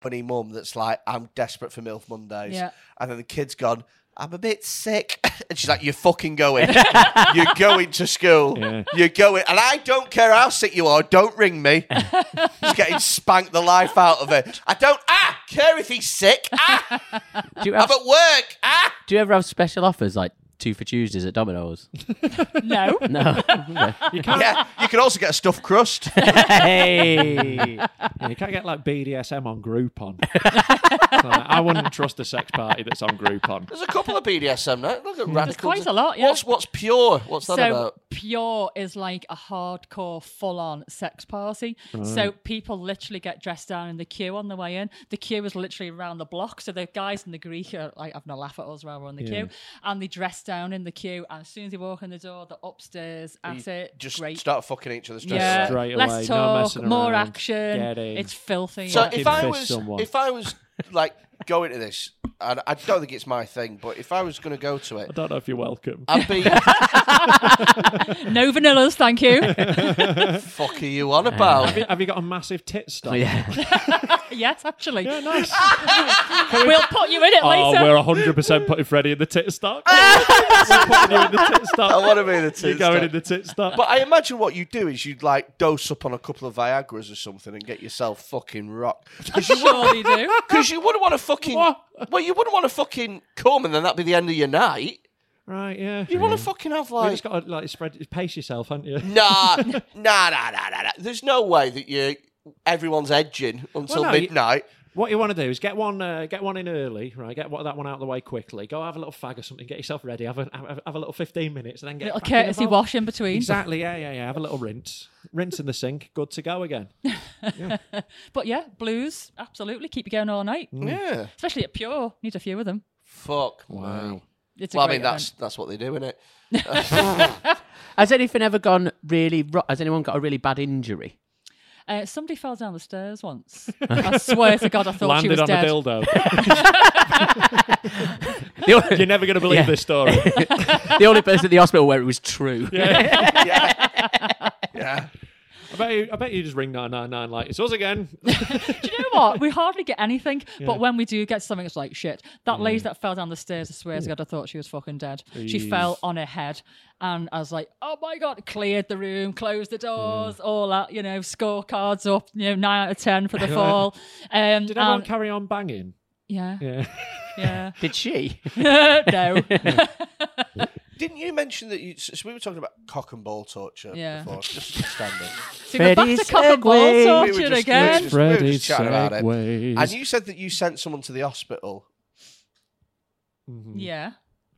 funny mum that's like, I'm desperate for MILF Mondays.
Yeah.
And then the kid's gone, I'm a bit sick. And she's like, You're fucking going. You're going to school.
Yeah.
You're going. And I don't care how sick you are, don't ring me. she's getting spanked the life out of it. I don't ah care if he's sick. Ah,
Do you,
I'm
have,
at work. Ah.
do you ever have special offers like two for Tuesdays at Domino's?
No.
No.
Yeah. You can also get a stuffed crust.
hey.
Yeah, you can't get like BDSM on Groupon. Like, I wouldn't trust a sex party that's on Groupon.
There's a couple of BDSM now. Look at radical.
quite a lot, yeah.
What's what's pure? What's that
so
about?
pure is like a hardcore full-on sex party so people literally get dressed down in the queue on the way in the queue is literally around the block so the guys in the greek are like having a laugh at us while we're on the queue and they dress down in the queue and as soon as they walk in the door they're upstairs at it
Just
great
start fucking each other's dresses.
yeah,
Straight away, no
less talk,
messing
more
around.
action.
Get in.
It's filthy.
So
yeah.
if
Fucking
I
fist
was,
someone.
if I was like going to this, and I don't think it's my thing, but if I was going to go to it,
I don't know if you're welcome.
I'd be
no vanillas, thank you.
fuck are you on about?
Have you got a massive tit stop?
Yeah.
yes, actually,
Yeah, nice.
we'll put you in it
Oh,
later.
we're 100% putting Freddie in the tit stock. we're putting you in the tit stock.
I want to be in the
You're
tit
going
stop.
in the tit stock.
But I imagine what you do is you'd like dose up on a couple of Viagra's or something and get yourself fucking rock. Because you,
sure they do.
because you wouldn't want to fucking.
What?
Well, you wouldn't want to fucking come and then that'd be the end of your night.
right, yeah.
You want to fucking have
You
like.
Mm. just got to like spread, pace yourself, haven't you?
Nah, nah, nah, nah, nah, nah. There's no way that you everyone's edging until
no, you-
midnight.
What you want to do is get one, uh, get one in early, right? Get what, that one out of the way quickly. Go have a little fag or something. Get yourself ready. Have a have, a- have a little fifteen minutes, and then get
Little
back in the
courtesy
boat.
wash in between.
Exactly. Yeah, yeah, yeah. Have a little rinse, rinse in the sink. Good to go again.
But yeah, blues, absolutely. Keep you going all night.
Mm.
Yeah.
Especially at Pure. Need a few of them.
Fuck. Wow.
It's a
Well, I
great
mean, that's
event.
that's what they do, isn't it?
Has anything ever gone really wrong? Has anyone got a really bad injury?
Uh, somebody fell down the stairs once. I swear to God, I thought she was
Landed on
dead.
a dildo. You're never going to believe
Yeah.
this story.
the only person at the hospital where it was true.
I bet you, I bet you just ring 999 like, it's us again.
Do you know what? We hardly get anything, but when we do get something, it's like shit. That lady that fell down the stairs, I swear to God, I thought she was fucking dead. She fell on her head, and I was like, oh my God, cleared the room, closed the doors, all that, you know, scorecards up, you know, nine out of 10 for the fall. Um,
Did everyone
and-
carry on banging?
yeah,
Yeah.
yeah.
Did she?
no.
Didn't you mention that you? So we were talking about cock and ball torture
Yeah.
before, just standard.
So we're back to
Freddy's
cock and ball
Segway.
we were
torture
just, we were
again.
just, we were just
Freddy's
chatting about it.
segues.
And you said that you sent someone to the hospital.
Yeah.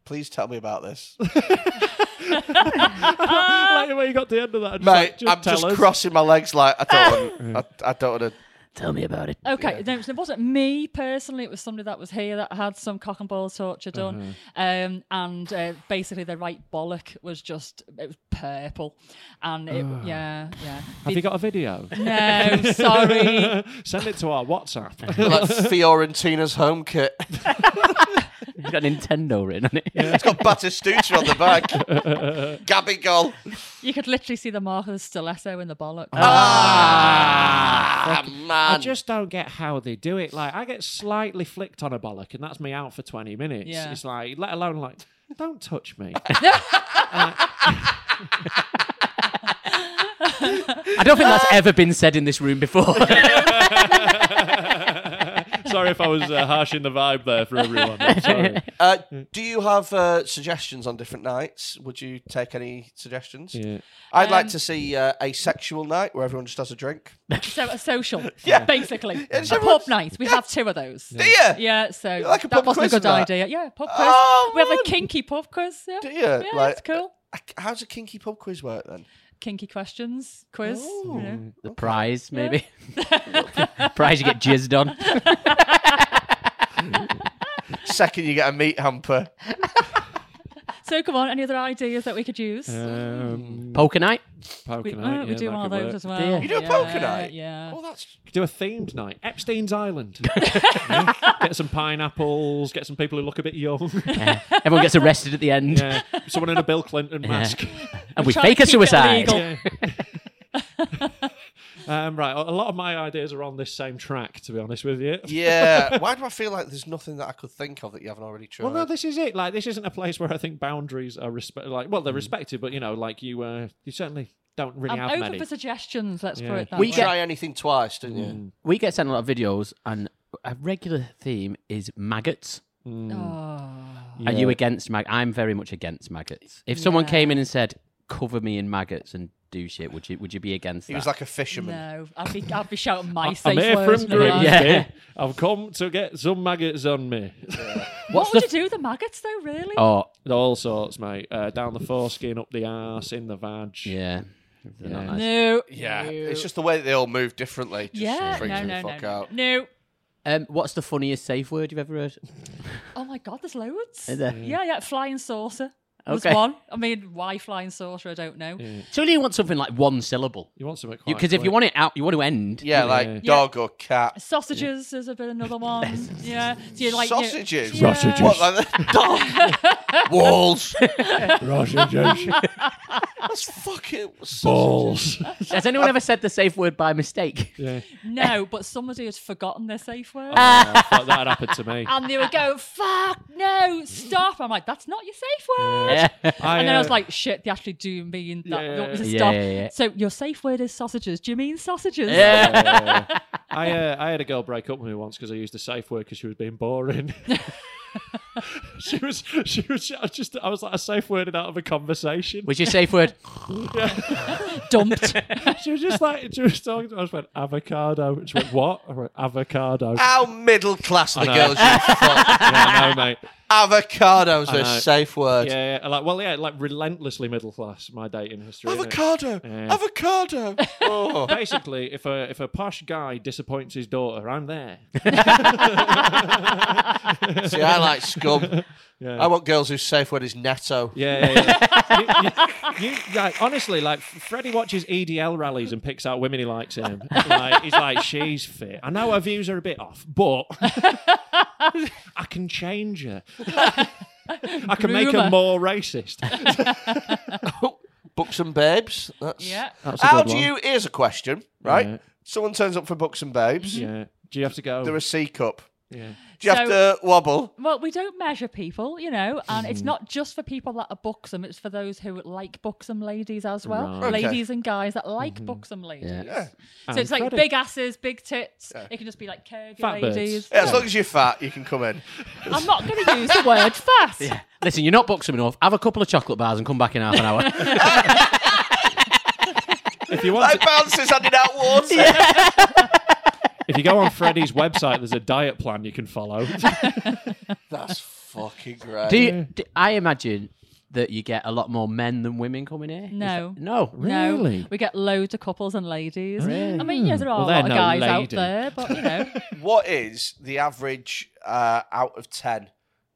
Please tell me about this,
like the way you got to the end of that. and
mate.
just like,
I'm
tell
just
us.
crossing my legs like I don't. want I, I don't want to.
Tell me about it.
Okay, no, it wasn't me personally. It was somebody that was here that had some cock and ball torture done, um, and uh, basically the right bollock was just it was purple, and it, yeah, yeah.
Have you got a video?
No, sorry.
Send it to our WhatsApp.
Like Fiorentina's home kit.
It's got Nintendo written on it.
It's got Batistuta on the back. Gabby goal.
You could literally see the mark of the stiletto in the bollock.
Ah,
I
man.
just don't get how they do it. Like, I get slightly flicked on a bollock, and that's me out for 20 minutes.
Yeah.
It's like, let alone, like, don't touch me.
I don't think that's ever been said in this room before.
sorry if I was uh, harshing the vibe there for everyone. I'm sorry.
Uh, do you have uh, suggestions on different nights? Would you take any suggestions?
Yeah.
I'd like
Um,
to see uh, a sexual night where everyone just has a drink.
So a social,
Yeah.
basically.
It's
a
everyone's-
pub night. We have two of those.
Do you?
Yeah, so
like a
that
pub
wasn't a
quiz
good
and that?
idea. Yeah, pub quiz.
Oh,
we have
man.
a kinky pub quiz. Yeah,
Do you?
yeah,
Like-
it's cool.
I- How's a kinky pub quiz work then?
Kinky questions quiz. you know.
the prize, maybe. prize you get jizzed on.
Second, you get a meat hamper.
So come on, any other ideas that we could use?
Um,
Poker night.
poker
we,
night,
oh, we
uh, yeah,
do
that
one of
could
those
work.
as well.
You do a
Yeah,
poker night?
Yeah.
Well, that's
Do a themed night, Epstein's Island. Yeah. Get some pineapples. Get some people who look a bit young.
Everyone gets arrested at the end,
Yeah. Someone in a Bill Clinton mask.
and we
Try to
fake a
keep it
suicide.
legal.
Yeah. um, right, a a lot of my ideas are on this same track, to be honest with you.
yeah. Why do I feel like there's nothing that I could think of that you haven't already tried?
Well, no, this is it. Like, this isn't a place where I think boundaries are respected. Like, well, they're respected, but you know, like you, uh, you certainly don't really
I'm
have
open
many.
for suggestions. Let's
Yeah.
put it that
We
way.
you try anything twice, don't you?
Mm.
We get sent a lot of videos, and a regular theme is maggots.
Oh,
Are you against mag? I'm very much against maggots. If someone came in and said, "Cover me in maggots and do shit," would you would you be against
He
that?
was like a fisherman.
No, I'd be, I'd be shouting my
I'm
safe
here
words.
from
no lie.
Grimsby.
Yeah.
I've come to get some maggots on me.
What
What's
would
the
you do with the maggots though? Really?
oh
All sorts, mate. Uh, down the foreskin, up the arse, in the vag.
yeah, They're not nice.
No.
Yeah,
No.
it's just the way that they all move differently. Just
yeah.
freaks
No.
me
No.
the
No.
fuck
No.
out.
no.
Um, what's the funniest safe word you've ever heard?
Oh my God, there's loads.
Is there?
Yeah, yeah. Flying saucer. was
Okay. Mm.
one. I mean, why flying saucer? I don't know.
Surely you want something like one syllable.
You want something quite?
Because if you
quick.
want it out, you want to end.
Yeah, like dog or cat.
Sausages is a bit another one. yeah. Do you like you-
Sausages.
Yeah.
Sausages.
What, like the dog? Walls. That's fucking.
balls.
Has anyone ever said the safe word by mistake?
yeah.
No, but somebody had forgotten their safe word.
Ah.
Oh, fuck, that happened to me.
and they would go, "Fuck no, stop!" I'm like, "That's not your safe word."
Yeah.
And then I was
uh,
like, "Shit, they actually do mean that.
Yeah,
they want me to
yeah,
stop."
yeah, yeah.
So your safe word is sausages. Do you mean sausages?
yeah.
I, uh, I had a girl break up with me once because I used a safe word because she was being boring. she was, she was, I was just, I was like, I safe worded out of a conversation.
Was your safe word?
Dumped.
she was just like, she was talking to me. I just went, avocado. And She went, what? I went, avocado.
How middle class the
know.
girls you fuck.
yeah, I know, mate.
Avocado's a
know.
safe word.
Yeah, yeah, like well, yeah, like relentlessly middle class. My dating history. innit?
Avocado,
Yeah.
avocado. Oh.
Basically, if a if a posh guy disappoints his daughter, I'm there.
See, I like scum.
Yeah.
I want girls whose safe word is netto.
Yeah, yeah, yeah. you, you, you- like, honestly, like Freddie watches EDL rallies and picks out women he likes. Him, like, he's like, she's fit. I know her views are a bit off, but I can change her. I can make her
Groomer.
more racist.
Books and babes. That's...
Yeah.
That's a
How
good
do
one.
you? Here's a question, right?
Yeah.
Someone turns up for books and babes.
Yeah. Do you have to go?
They're a C cup.
yeah.
Do you have
So-
to wobble?
Well, we don't measure people, you know, and
Hmm.
it's not just for people that are buxom, it's for those who like buxom ladies as well.
Right. Hmm.
Okay.
Ladies and guys that like buxom ladies. So
And
it's like
Freddie.
big asses, big tits. It can just be like curvy
Fat birds.
ladies.
Yeah, as long as you're fat, you can come in.
I'm not going to use the word fat.
Listen, you're not buxom enough. Have a couple of chocolate bars and come back in half an hour.
If you want,
Like
to,
bouncers handing out water.
if you go on Freddie's website, there's a diet plan you can follow.
That's fucking great.
do you? Do, I imagine that you get a lot more men than women coming here. Is
No.
that- no,
Really?
No, we get loads of couples and ladies. I mean, yeah, there are
Well,
a
they're
lot of
no
guys out
lady.
there, but you know,
What is the average uh, out of 10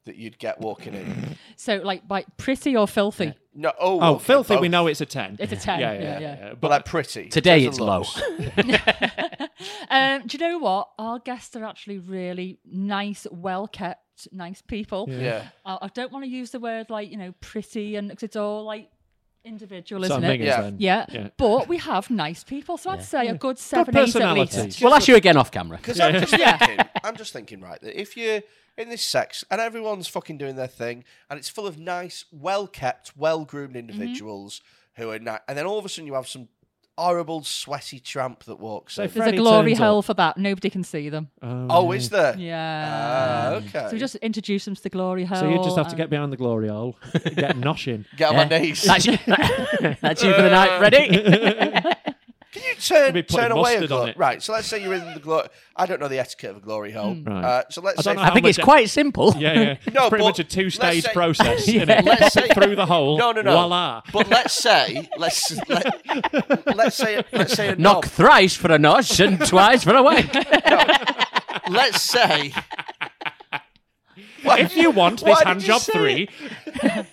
that you'd get walking in?
so like by pretty or filthy,
No, oh,
Oh,
okay,
filthy. We
both.
know it's a ten.
it's a ten.
Yeah, yeah, yeah. yeah.
But like pretty.
Today
in terms
it's
of
low.
looks.
Um, do you know what? Our guests are actually really nice, well kept, nice people.
Yeah.
I, I don't want to use the word like you know pretty and because it's all like individual,
So
isn't
mingers
it?
Yeah.
then.
Yeah.
Yeah.
but we have nice people, so I'd say a good seven, eight at
personality.
least.
We'll ask you again off camera.
Because I'm just thinking, I'm just thinking, right, that if you're in this sex and everyone's fucking doing their thing and it's full of nice, well kept, well groomed individuals who are nice, and then all of a sudden you have some horrible, sweaty tramp that walks
So
in.
if-
There's
Freddie
a glory
turns
hole
up.
for that. Nobody can see them.
Oh, is there?
Yeah.
Ah, okay.
so we just introduce them to the glory hole.
So you just have to
and-
get behind the glory hole, get noshing.
Get on my
Yeah.
knees.
That's you, that's you for the night, Freddie.
Can you turn,
Maybe put
turn away a
mustard
glo-
on it.
Right, so let's say you're in the glory. I don't know the etiquette of a glory hole.
Right.
Uh, so let's
I
say.
don't know
I think
much
it's
it-
quite simple.
Yeah, yeah.
No,
it's pretty
but
much a two-stage
let's say-
process. yeah.
Let's say-
through the hole.
No, no, no.
Voila.
But let's say let's let, let's say let's say a knob.
Knock thrice for a notch and twice for a wank.
let's say. Well,
If you want
Why
this
did
hand
you
job
say
three,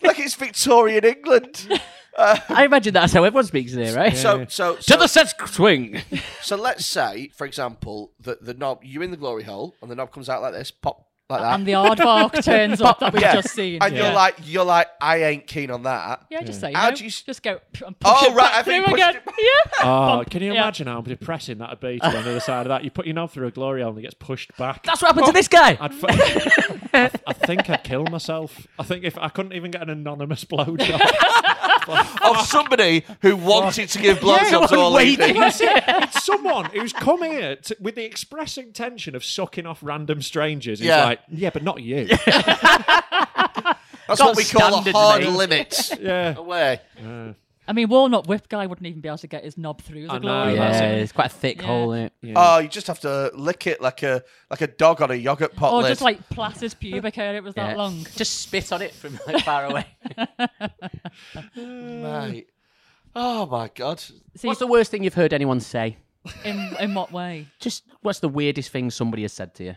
like it's Victorian England.
I imagine that's how everyone speaks there, right?
So so
to
so,
the set swing.
so let's say, for example, that the knob you're in the glory hole and the knob comes out like this, pop like that.
And the aardvark turns up that we've
Yeah.
just seen.
And
Yeah.
you're like you're like I ain't keen on that.
Yeah, just say
How
no.
do you s-
Just go p- and push
Oh,
it
right,
back
I think
through
pushed
again. Yeah.
oh, can you
Yeah.
imagine how depressing that'd be to be on the other side of that? You put your knob through a glory hole and it gets pushed back.
That's what happened to this guy.
I'd fu- I, I think I'd kill myself. I think if I couldn't even get an anonymous blowjob.
Of somebody who wanted to give blowjobs to
someone
a lady.
waiting.
That's it. It's someone who's come here to, with the express intention of sucking off random strangers. He's
Yeah.
like, yeah, but not you.
That's
Got
what we call a
standard,
hard
mate.
limit.
yeah.
Away.
I mean, Walnut Whip guy wouldn't even be able to get his knob through
I
the
know,
glory
that's
yeah,
hole.
it's quite a thick
Oh, Yeah.
hole in it.
Oh, you just have to lick it like a like a dog on a yogurt pot.
Or
lid.
just like Placid's pubic hair, it was that
Yeah.
long.
Just spit on it from like, far away.
mate. Oh my god.
See,
what's the worst thing you've heard anyone say?
in, in what way?
Just what's the weirdest thing somebody has said to you?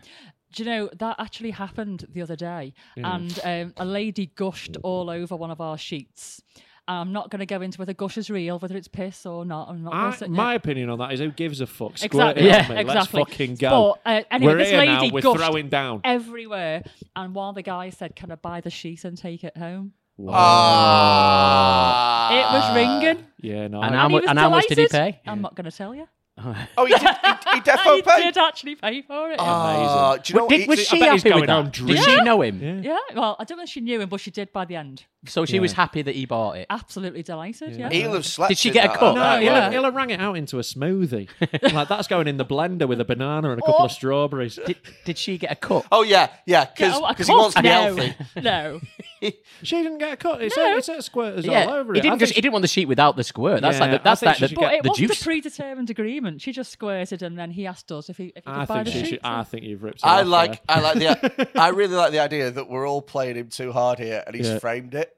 Do you know that actually happened the other day?
Hmm.
And um, a lady gushed all over one of our sheets. I'm not going to go into whether gush is real, whether it's piss or not. I'm not going
I,
to
my opinion on that is who gives a fuck? Squirt
Exactly.
it
Yeah,
at me. Let's
exactly.
fucking go.
But, uh, anyway,
We're
this
here now.
lady
We're
gushed.
throwing down.
everywhere. And while the guy said, "Can I buy the sheet and take it home?"
Ah.
it was ringing.
Yeah, no.
And
I-
how much?
And, he was
And how much did he
delighted.
pay?
I'm not going to tell you.
Oh, he did. He, he defo
he
paid.
did actually pay for it.
Ah, do you know what?
Did-
He-
was
he-
she
bet he's
happy with
going home
that? Did she
drinking.
know him?
yeah. Well, I don't know if she knew him, but she did by the end.
So she was happy that he bought it.
Absolutely delighted. Yeah.
He'll have slept.
Did she
in
get a
that,
cut?
no,
that
he'll,
way.
have, he'll have rang it out into a smoothie. like that's going in the blender with a banana and a
Oh.
couple of strawberries.
Did, did she get a cut?
Oh yeah, yeah, because
No, I
he wants to be
can't.
healthy.
No. no.
She didn't get a cut. It's,
No.
it's, it's squirters all over it.
he didn't
I think
just
she-
he didn't want the sheet without the squirt. That's
Yeah,
like the,
I
that's
think
like
she
the,
should
But
get
it
the
was
juice.
a predetermined agreement. She just squirted and then he asked us if he, if he could
I
buy
think
the
she
sheet.
should. I think you've ripped. her
I
off
like,
there.
I like the, uh, I really like the idea that we're all playing him too hard here, and he's
Yeah.
framed it.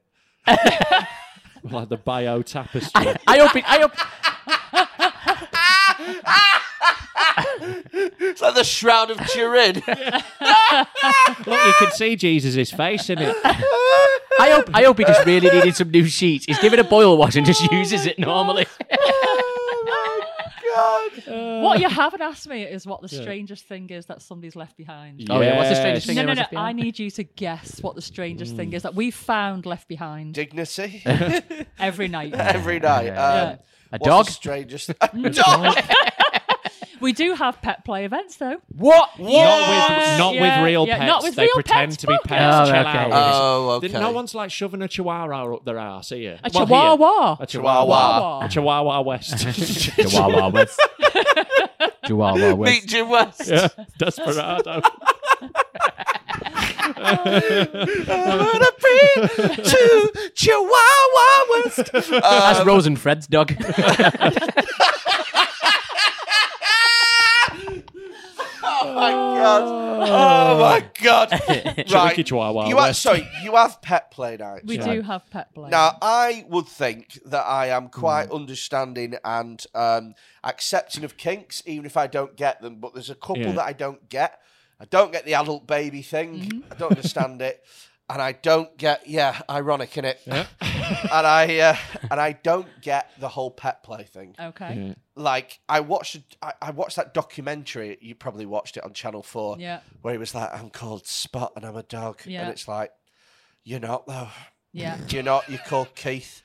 like the bio tapestry.
I hope it, I hope
It's like the Shroud of Turin.
Look, you can see Jesus' face in it.
I hope I hope he just really needed some new sheets. He's given a boil wash and just uses it normally.
Oh,
What you haven't asked me is what the strangest thing is that somebody's left behind.
Oh, yeah, what's the strangest thing
No, no,
everyone's
no.
left
I
behind?
need you to guess what the strangest
Mm.
thing is that we found left behind
Dignity
every night.
every night. Um,
A
what's
dog?
The strangest. A dog.
We do have pet play events, though.
What? What?
Not with not
yeah,
with real
yeah,
pets.
not with
they
real
pretend
pets,
to be
fuck
pets.
it.
Chill
Oh,
out.
okay.
Oh, okay.
No one's like shoving a chihuahua up their ass here.
A
Well, here.
chihuahua.
A
Chihuahua.
chihuahua. A chihuahua west.
Chihuahua
Meet
West. Chihuahua West.
Jim West.
yeah. Desperado.
I'm gonna bring to Chihuahua West.
That's Rose and Fred's dog.
Oh my god. Oh my god.
Chunky Chihuahua
You are,
West.
sorry, you have pet play nights.
We do have pet play.
Now, I would think that I am quite understanding and um, accepting of kinks, even if I don't get them. But there's a couple
Yeah.
that I don't get. I don't get the adult baby thing. I don't understand it, and I don't get yeah, ironic in it. and I uh, and I don't get the whole pet play thing.
Okay.
Like I watched I, I watched that documentary. You probably watched it on Channel Four.
Yeah.
Where he was like, "I'm called Spot and I'm a dog,"
Yeah.
and it's like, "You're not though."
Yeah.
Do you not? You're called Keith,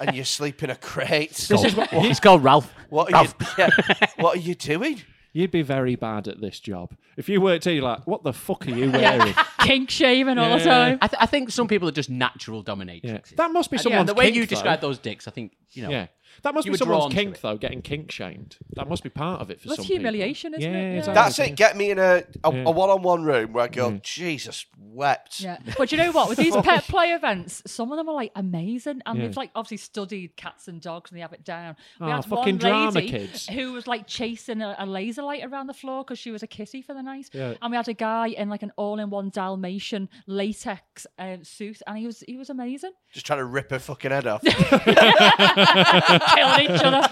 and you sleep in a crate.
He's called Ralph.
What are you? yeah, what are you doing?
You'd be very bad at this job. If you worked here, you're like, what the fuck are you wearing?
Kink shaming all the
Yeah.
time.
I, th- I think some people are just natural dominatrixes.
Yeah. That must be
And,
someone's
the way
kink,
you
though.
describe those dicks. I think you know.
Yeah. That must
You
be
were drawn
someone's
to
kink,
it.
though, getting kink shamed. That must be part of it for
That's
some
humiliation,
people.
isn't
yeah,
it? Yeah.
Exactly.
That's it. Get me in a a,
Yeah.
a one-on-one room where I go. Jesus wept.
Yeah. But you know what? With these pet play events, some of them are like amazing. And
Yeah.
they've like obviously studied cats and dogs and they have it down. We
Oh,
had
fucking
one
drama
lady
kids.
who was like chasing a, a laser light around the floor because she was a kitty for the night.
Yeah.
And we had a guy in like an all in one Dalmatian latex um, suit and he was he was amazing.
Just trying to rip her fucking head off.
Killing each other.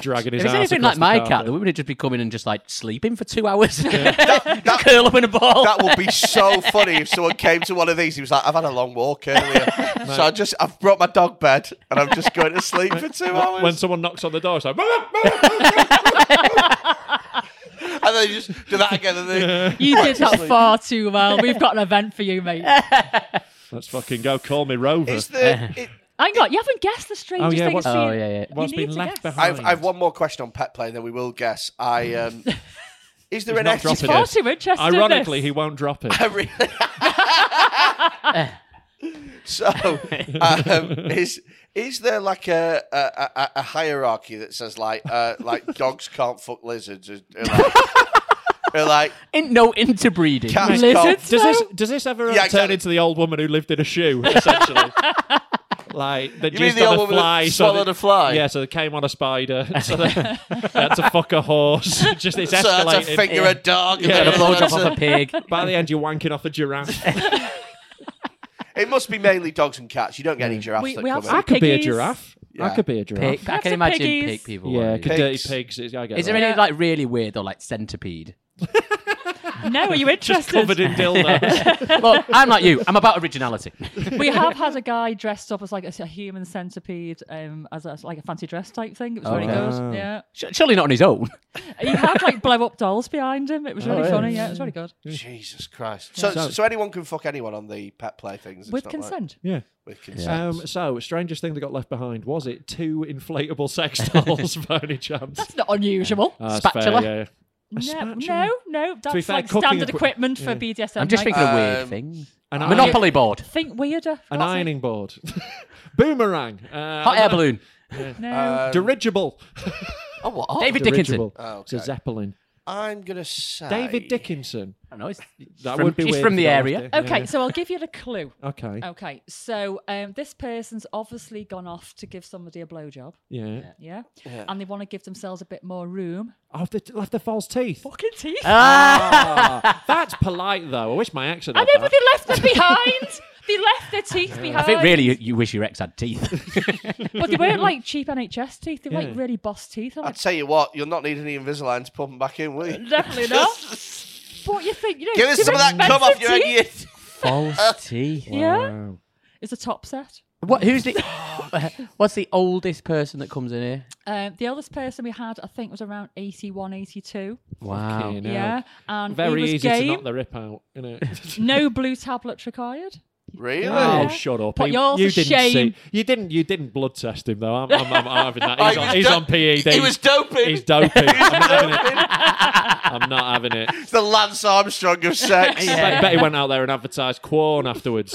Dragging his
If it's
arse
anything
across
like
the
my
carpet.
cat, the women would just be coming and just like sleeping for two hours,
that-
curl up in a ball.
That would be so funny if someone came to one of these. He was like, "I've had a long walk earlier, so I just I've brought my dog bed and I'm just going to sleep for two hours."
When someone knocks on the door, it's like,
and they just do that again. And they,
You did that far too well. We've got an event for you, mate.
let's fucking go. Call me Rover.
it's the. It,
Hang on, you haven't guessed the strangest
yeah,
thing.
what's-
it's for
Oh,
you-
yeah, yeah.
you
What's
need
been
to
left
guess.
behind?
I've I've one more question on pet play, then we will guess. I um, is there an
not
ethical?
dropping
Far
Yes.
too interested. in
Ironically,
this.
he won't drop it.
I really- so, um, is is there like a a, a, a hierarchy that says like uh, like dogs can't fuck lizards? Or, or like, or like
In- no interbreeding.
cats
Lizards?
can't?
Does this does this ever
Yeah,
turn
exactly.
into the old woman who lived in a shoe? Essentially, like they
You mean
just
the
on
old
a
woman that
fly, so
swallowed
they-
a fly?
Yeah, so they came on a spider, so they, they had to fuck a horse. Just it's
So
escalated.
that's a finger a dog. and
Yeah,
Get
then
a
yeah,
blowjob
that's
off a pig.
By the end, you're wanking off a giraffe.
It must be mainly dogs and cats. You don't get any giraffes
We-
that
we
come
have
in.
I could be a
Piggies.
giraffe. I
Yeah.
could be a giraffe.
Pig. I
Have
can
some
imagine
piggies.
pig people.
Yeah,
worry.
could dirty
Pigs.
pigs. Is, I get
Is there
that.
any like really weird or like centipede?
No, are you interested?
just covered in dildos?
Look, I'm like you. I'm about originality.
we have had a guy dressed up as like a, a human centipede, um, as, a, as like a fancy dress type thing. It was really
Oh,
good. Yeah,
Sh- Surely not on his own.
he had like blow up dolls behind him. It
Oh,
was really funny. Yeah, it was really good.
Jesus Christ! So, so, anyone can fuck anyone on the pet play things it's
With
not like-
consent.
yeah.
with consent.
Um, so, strangest thing that got left behind was it two inflatable sex dolls by any chance?
It's not unusual.
Uh,
Ah, it's
Spatula.
yeah, yeah.
no,
spatula.
no, no. That's
fair,
like
cooking
standard
equi-
equipment for BDSM.
I'm just
right?
thinking of
Um,
weird things.
an
Monopoly board.
Think weirder.
An
That's it.
ironing board, boomerang, uh,
Hot air balloon.
No.
dirigible,
David Dickinson.
Dirigible. It's a zeppelin.
Oh, I'm gonna say
David Dickinson.
I don't know. It's,
That
from-
would be
he's
weird
from
to
the
go
area. Oh,
after.
Okay,
Yeah.
so I'll give you the clue.
Okay.
Okay, so um, this person's obviously gone off to give somebody a blowjob,
Yeah.
yeah? and they want to give themselves a bit more room.
I've the, left the false teeth.
Fucking teeth!
Ah, that's polite though. I wish my ex had.
I
had
know, but
that.
they left them behind. they left their teeth behind.
I think really you, you wish your ex had teeth.
but they weren't like cheap NHS teeth. They were
Yeah.
like really boss teeth. I'm
I
like,
tell you what, you'll not need any Invisalign to put them back in, will you?
definitely not. But you think you know?
Give us
they're
some of that
expensive
cum off your
teeth.
head. you-
False teeth.
Yeah, it's a top set.
What? Who's the? What's the oldest person that comes in here?
Um, the eldest person we had, I think, was around 81, 82.
Wow.
Fucking hell.
Yeah, and
Very
he was
easy to
game.
knock the rip out, innit?
no blue tablet required.
Really?
Oh,
Yeah.
shut up!
But
He-
yours
you
is
didn't
shame.
see. You didn't. You didn't blood test him though. I'm, I'm, I'm, I'm having that.
Oh,
He's,
he
on,
was
he's
do-
on PED.
He was doping.
He's doping. I'm not having it. I'm not having it.
It's the Lance Armstrong of sex.
Bet, bet he went out there and advertised Quorn afterwards.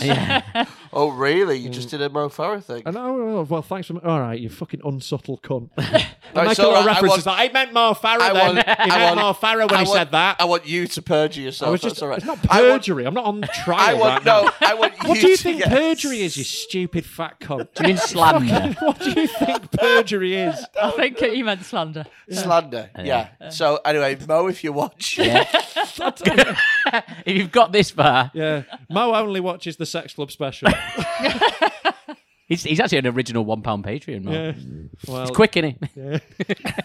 Oh, really? You just did a Mo Farah thing?
And oh, oh, well, thanks for. All right, you fucking unsubtle cunt.
No,
Make
it's
a lot
all
of
right. I
references.
want-
like, he meant Mo Farah
I
then.
want-
he
I
meant Mo
want-
Farah when
I
he
want-
said that.
I want you to perjure yourself.
I was
That's
just.
all right.
It's not
I want-
perjury. I'm not on trial.
I want
right now.
no. I want you.
What do you
to
think
get-
perjury is, you stupid fat cunt?
Do you mean slander?
what do you think perjury is?
I think he meant slander.
Slander. Yeah. So anyway, Mo, if you watch,
if you've got this far,
Yeah. Mo only watches the Sex Club special.
he's, he's actually an original one pound Patreon. Man.
Yeah. Well,
It's quick, innit?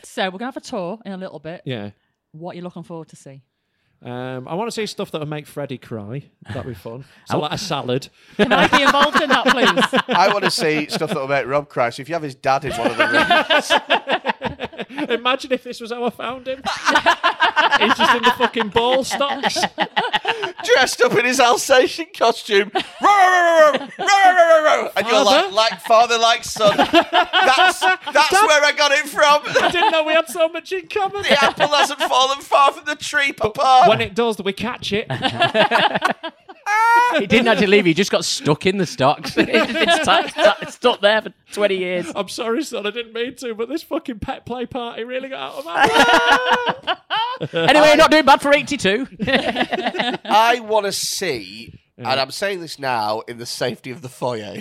So we're gonna have a tour in a little bit.
Yeah.
What are you looking forward to see?
Um, I want to see stuff that will make Freddie cry. That'd be fun. So like a salad.
Can I be involved in that, please?
I want to see stuff that will make Rob cry. So if you have his dad in one of the rooms,
Imagine if this was how I found him. He's just in the fucking ball stocks.
dressed up in his Alsatian costume, row, row, row, row, row, row, row, row, row. and you're like, like father, like son. That's that's where I got it
I
from.
didn't know we had so much in common.
The apple hasn't fallen far from the tree, Papa.
When it does, we catch it.
He didn't actually leave. He just got stuck in the stocks. it's, it's stuck- stuck- stuck there for 20 years.
I'm sorry, son, I didn't mean to, but this fucking pet play party really got out of hand.
Anyway, not doing bad for 82.
I want to see, and I'm saying this now in the safety of the foyer,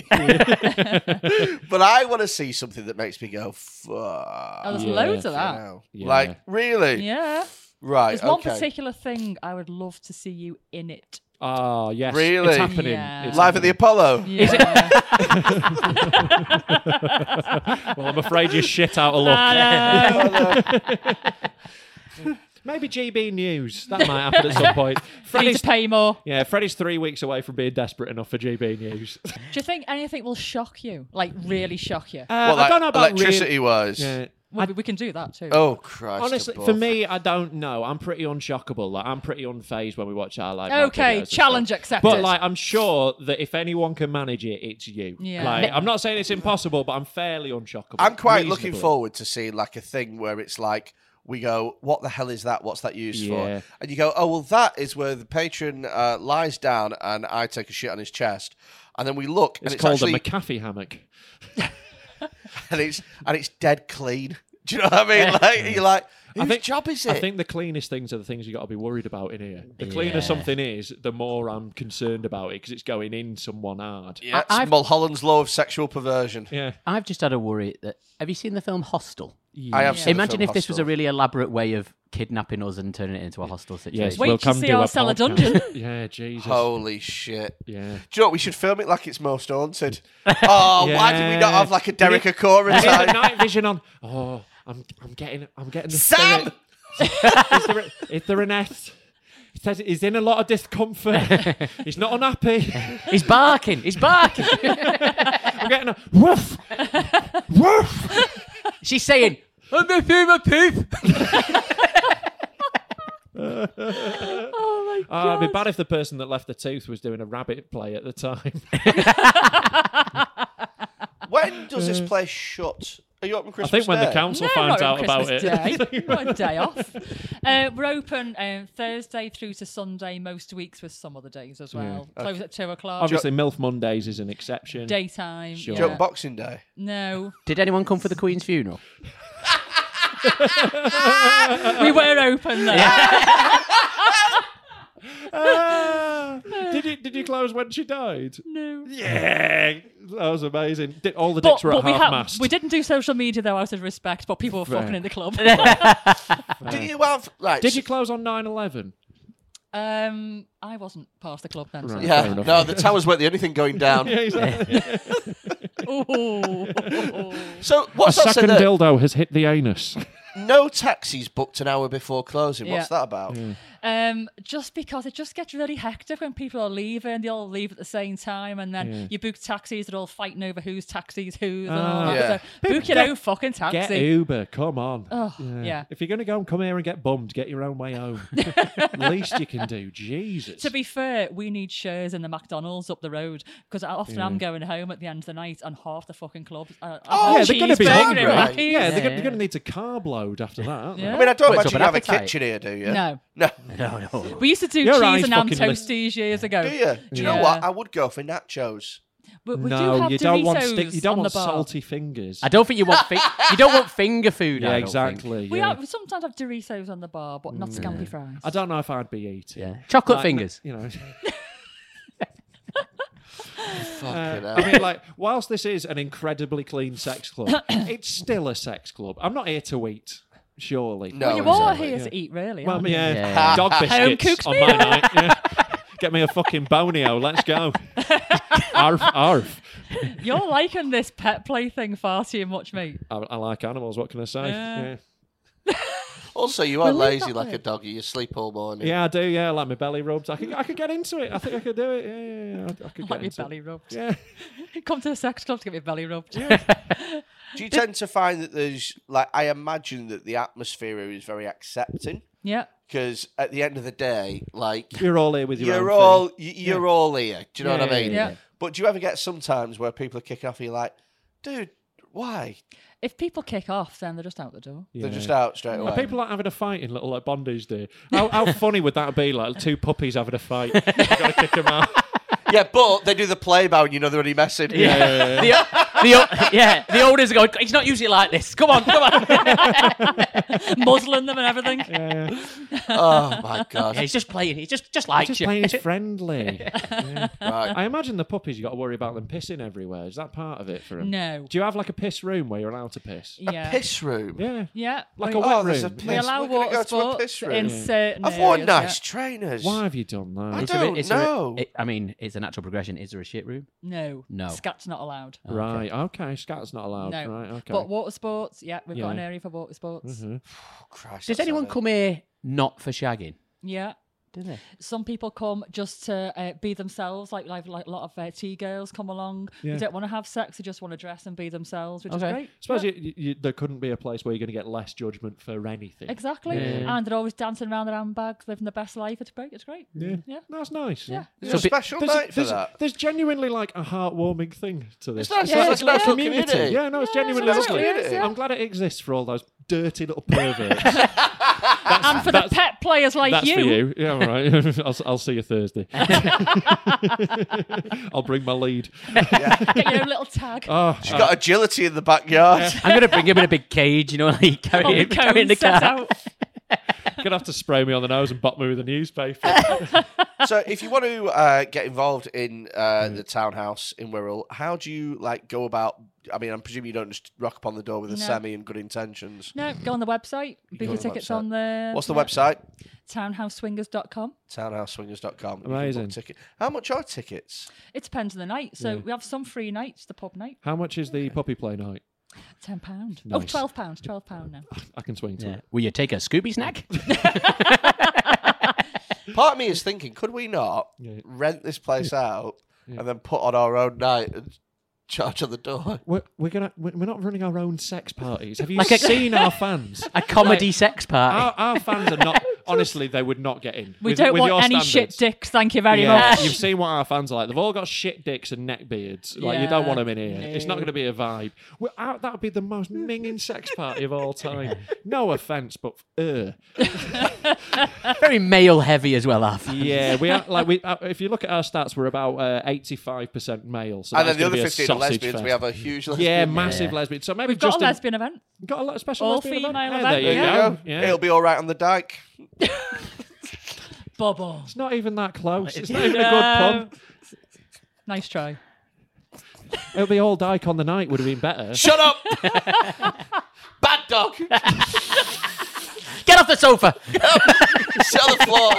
but I want to see something that makes me go,
Oh,
fuck.
there's
Yeah.
loads of that.
now.
Yeah.
Like, really?
Yeah.
Right.
There's one
okay.
particular thing I would love to see you in it.
Ah, yes.
Really?
It's happening.
Yeah.
It's
Live at the Apollo.
Yeah.
happening. Well, I'm afraid you're shit out of luck.
I know.
Maybe GB News. That might happen at some point.
Need
Freddie's,
to pay more.
yeah, Freddie's three weeks away from being desperate enough for GB News. Uh,
Do you think anything will shock you? Like really shock you?
Well,
I
like,
don't know about
electricity
real-
wise.
Yeah.
Well, we can do that too.
Oh Christ!
Honestly,
above.
for me, I don't know. I'm pretty unshockable. Like, I'm pretty unfazed when we watch our live.
Okay,
videos and
challenge
stuff.
accepted.
But like, I'm sure that if anyone can manage it, it's you.
Yeah.
Like, I'm not saying it's impossible, but I'm fairly unshockable.
I'm quite looking
Reasonably.
forward to seeing like a thing where it's like we go, "What the hell is that? What's that used
Yeah.
for?" And you go, "Oh well, that is where the patron uh, lies down and I take a shit on his chest." And then we look, and
It's,
it's
called
actually
a McAfee hammock.
and it's and it's dead clean. Do you know what I mean? Like you're like, whose job is it?
I think the cleanest things are the things you got to be worried about in here. The cleaner
Yeah.
something is, the more I'm concerned about it because it's going in someone hard.
yeah, it's
I've-
Mulholland's law of sexual perversion.
Yeah.
I've just had a worry that. Have you seen the film Hostel?
I have. seen the
Imagine
film
if this was a
Hostel.
really elaborate way of kidnapping us and turning it into a hostel situation.
Yes,
Wait
we'll
to
come
see
do
our
a
cellar
podcast.
dungeon.
yeah, Jesus.
Holy shit.
Yeah.
Do you know what? We should film it like it's most haunted. Oh, why did we not
Yeah.
have like a Derek
We need-
Acora
Get the
type?
night vision on. Oh, I'm I'm getting I'm getting the
Sam!
spirit. is, there a, is there an S? He says he's in a lot of discomfort. he's not unhappy.
He's barking. He's barking.
I'm getting a woof, woof.
She's saying, "I'm gonna pee my poop."
Oh my
Oh,
god.
it'd be bad if the person that left the tooth was doing a rabbit play at the time.
When does this place shut? Are you open
I
Christmas
think when the
Day?
council
no,
finds
not on
out about
Christmas
it.
Day. not a day off. Uh, we're open um, Thursday through to Sunday most weeks with some other days as well. Close at two o'clock.
Obviously, MILF Mondays is an exception.
Daytime.
Sure.
Do you
yeah.
open Boxing Day.
No.
Did anyone come for the Queen's funeral?
we were open though.
Ah. did you did you close when she died?
No.
Yeah, that was amazing. Did, all the
But,
dicks were at
but we,
half
ha-
mast.
we didn't do social media though out of respect, but people were fucking in the club.
Do you have right?
Did you close on 9-11?
um, I wasn't past the club then. So.
Right. Fair
Yeah.
enough.
No, the towers weren't the only thing going down.
Yeah, exactly.
Ooh.
So
A
what's that said?
second
that
dildo has hit the anus.
No taxis booked an hour before closing.
Yeah.
What's that about?
Mm.
Um, just because it just gets really hectic when people are leaving, they all leave at the same time, and then you book taxis, they're all fighting over whose taxis whose. and all
Ah.
that.
Yeah.
So book your
Get-
own fucking taxi.
Get Uber, come on.
Oh, yeah.
If you're going to go and come here and get bummed, get your own way home. Least you can do. Jesus.
To be fair, we need shares in the McDonald's up the road because often I'm going home at the end of the night and half the fucking club. Uh,
Oh,
yeah, they're going to be
cheeseburger
hungry.
and
Yeah,
Mackies.
they're going to need a carb load after that. Aren't
Yeah.
I mean, I don't
Well, it's
imagine
up
you have
an
a
appetite.
kitchen here, do you?
No.
No.
No, no.
We used to do
Your eyes
cheese and ham
fucking list-
toasties years ago.
Do you? Do you know
Yeah.
what? I would go for nachos.
But we
no,
do have
you don't want
Doritos
stick. You don't
on
want
the bar.
salty fingers.
I don't think you want fi- you don't want finger food.
yeah,
I don't think.
exactly.
We,
yeah. Mm.
have, we sometimes have Doritos on the bar, but not scampi fries.
I don't know if I'd be eating.
Yeah, chocolate
Like,
fingers.
You know.
Fucking hell.
Uh, I mean, like, whilst this is an incredibly clean sex club, it's still a sex club. I'm not here to eat, surely.
No,
well, you
exactly.
are here to eat, really.
Well,
aren't you?
yeah,
Yeah.
dog biscuits
Uh, cooked
on my night. yeah. Get me a fucking bonio. Let's go. arf, arf.
You're liking this pet play thing far too much, mate.
I, I like animals. What can I say?
Yeah.
Yeah.
Also, you are
Will we
lazy
not
like a
win?
doggy. You sleep all morning.
yeah, I do. Yeah, I like my belly rubs. I could, I could get into it. I think I could do it. Yeah, yeah, yeah. I, I could get
Like your
into
belly rubbed.
It. Yeah.
Come to a sex club to get your belly rubbed.
Do you tend to find that there's like I imagine that the atmosphere is very accepting
yeah.
because at the end of the day, like
You're all here with your
you're
own thing.
all y- you're all here. Do you know
Yeah,
what I
yeah,
mean?
yeah. Yeah.
But do you ever get sometimes where people are kicking off and you're like, dude, why?
If people kick off, then they're just out the door.
They're just out straight away.
Are people like having a fight in little like Bondi's do? How, how funny would that be? Like two puppies having a fight. you gotta kick 'em out.
yeah, but they do the play bow and you know they're only messing.
Yeah. The, the, o- yeah, the olders are going, it's not usually like this. Come on, come on.
Muzzling them and everything.
Oh my god.
Yeah, he's just playing. He's just, just likes
Just
you.
playing is friendly. Yeah.
Right.
I imagine the puppies you got to worry about them pissing everywhere. Is that part of it for them?
No.
Do you have like a piss room where you're allowed to piss?
Yeah.
Piss room.
Yeah.
Yeah.
Like
we,
a wet
Oh, there's a
room.
piss.
we
Yes,
allow
we're gonna
water
go to a
sports
piss room.
in
Yeah.
certain
I've worn
areas,
nice
yeah.
trainers.
Why have you done that?
I
It's
don't
a, bit- it's
know.
A, it, I mean, it's a natural progression. Is there a shit room?
No.
No.
Scat's not allowed.
Right. Okay. Scat's not allowed.
no.
Right. Okay.
But water sports, yeah, we've got an
Yeah. Mm-hmm.
area for water sports.
Christ,
Does
that's
anyone
not it.
come here not for shagging?
Yeah.
Do they?
Some people come just to uh, be themselves, like like, like a lot of uh, tea girls come along.
Yeah.
They don't want to have sex; they just want to dress and be themselves, which
Okay.
is great.
Suppose you, you, you, there couldn't be a place where you're going to get less judgment for anything.
Exactly,
Yeah.
and they're always dancing around their handbags, living the best life. It's great. It's great.
Yeah.
Yeah.
That's nice.
Yeah.
There's
So
a
be-
special
There's,
night for
there's,
that.
there's genuinely like a heartwarming thing to
It's
this.
nice,
Yeah,
it's
it's
nice
lovely.
for the community.
Yeah, no, it's
Yeah,
genuinely
it's a
lovely.
nice community.
I'm glad it exists for all those dirty little perverts. that's
And for the
that's-
pet players like
that's
you,
for you. Yeah, all right. I'll, I'll see you Thursday. I'll bring my lead.
get your own little tag.
Oh,
She's got agility in the backyard.
I'm going to bring him in a big cage, you know, like
on
carry
the
him, carry in
cone
the
set
car.
out.
you're gonna have to spray me on the nose and bop me with a newspaper.
so, if you want to uh, get involved in uh, the townhouse in Wirral, how do you like go about? I mean, I'm presuming you don't just rock up on the door with a
No.
semi and good intentions.
No, go on the website. Book
on
your
the
tickets
website.
on there.
What's the
yeah.
website?
Townhouseswingers.com.
Townhouseswingers.com. You can book
Amazing.
Ticket. How much are tickets?
It depends on the night. So we have some free nights, the pub night,
How much is the puppy play night?
ten pound. Oh,
Nice.
twelve pounds, twelve pound now.
I can swing to
Yeah.
it.
Will you take a Scooby snack?
Part of me is thinking, could we not rent this place out and then put on our own night and charge on the door?
We're, we're gonna. We're we're not running our own sex parties. Have you
Like a-
seen our fans?
a comedy sex party?
our, our fans are not honestly, they would not get in.
We
With-
don't
with
want
your
any
standards.
shit dicks. Thank you very
Yeah,
much.
You've seen what our fans are like. They've all got shit dicks and neck beards. Like you don't
Yeah.
want them in here. It's not going to be a vibe. Well, I- that would be the most minging sex party of all time. No offense, but uh,
Very male heavy as well, Alf.
yeah, we are, like we. Uh, if you look at our stats, we're about uh, eighty-five percent male. So
and
that's
then the other
gonna be a
15 are
sausage
lesbians. We
fest.
have a huge lesbian.
yeah, massive lesbian. So maybe
We've got
just
a lesbian event.
got a lot of special
All
lesbian event.
female
Yeah,
event,
There you
yeah.
go. Yeah.
It'll be all right on the dike.
Bubble.
it's not even that close. It's not even a good pun.
Nice try.
It'll be all dyke on the night. Would have been better.
Shut up! Bad dog! Sit
Get off the sofa.
on the floor!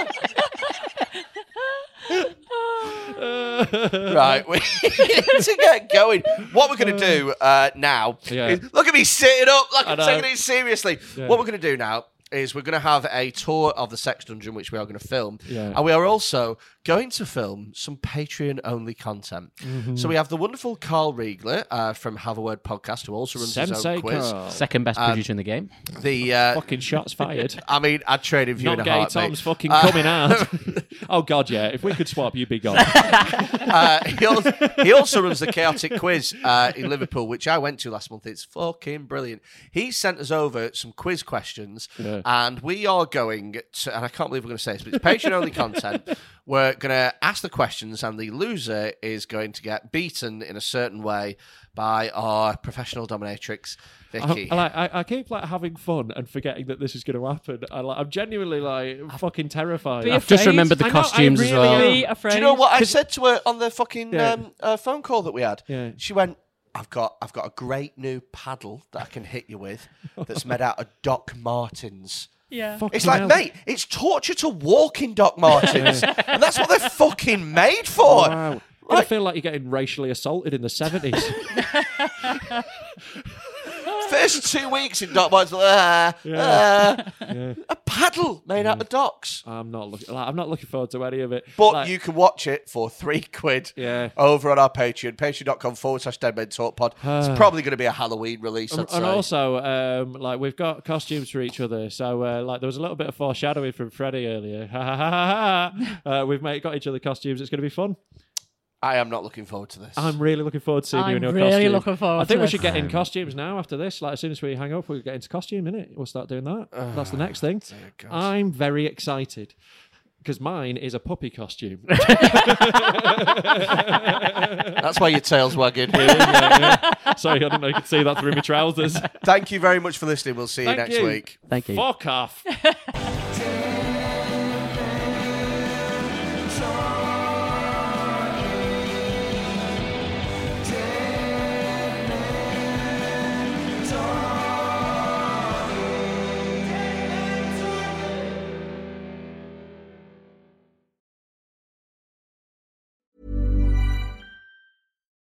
right, we need to get going. What we're going to do uh, now
Yeah.
is look at me sitting up like
I
I'm
know.
taking it seriously. What we're going to do now is we're going to have a tour of the sex dungeon, which we are going to film.
Yeah.
And we are also going to film some Patreon only content.
Mm-hmm.
So we have the wonderful Carl Riegler uh, from Have a Word podcast, who also runs his
Sensei
own quiz.
Carl.
Second best producer in the game.
The uh,
Fucking shots fired.
I mean, I'd trade him for you in
Not
a
gay
heartbeat.
Tom's fucking
Uh,
coming out. oh god, yeah. If we could swap, you'd be gone.
uh, he, also, he also runs the chaotic quiz uh, in Liverpool, which I went to last month. It's fucking brilliant. He sent us over some quiz questions, and we are going to, and I can't believe we're going to say this, but it's Patreon only content. We're going to ask the questions, and the loser is going to get beaten in a certain way by our professional dominatrix,
I,
Vicky.
I Um, like, I, I keep like having fun and forgetting that this is going to happen. I, like, I'm genuinely like fucking terrified.
Be
I-
a
I've just
afraid.
remembered the
I know, I
costumes as
really
well.
am.
Be afraid.
Do you know what I said to her on the fucking
Yeah.
um, uh, phone call that we had?
Yeah.
She went, "I've got, I've got a great new paddle that I can hit you with, that's made out of Doc Martens."
Yeah.
Fucking
It's like,
hell.
mate, it's torture to walk in Doc Martens, and that's what they're fucking made for.
Wow. I
Like,
feel like you're getting racially assaulted in the 70s.
first two weeks in Doc Martens, ah, ah. a paddle made out of docks.
I'm not looking. Like, I'm not looking forward to any of it.
But
Like,
you can watch it for three quid
Yeah.
over on our Patreon, patreon.com forward slash dead men talk pod. it's probably going to be a Halloween release. I'd
And,
say.
and also, um, like we've got costumes for each other, so uh, like there was a little bit of foreshadowing from Freddie earlier. Ha ha ha ha! ha. Uh, we've made, got each other costumes. It's going to be fun.
I am not looking forward to this.
I'm really looking forward to seeing you
I'm
in your
really
costume.
looking forward
I
to
think we
it.
should get in costumes now after this. Like as soon as we hang up, we'll get into costume, innit? We'll start doing that.
Ah,
That's the next thing. I'm very excited. Because mine is a puppy costume.
That's why your tail's wagging.
Sorry, I didn't know you could see that through my trousers.
Thank you very much for listening. We'll see you
Thank
next
you.
week.
Thank you.
Fuck off.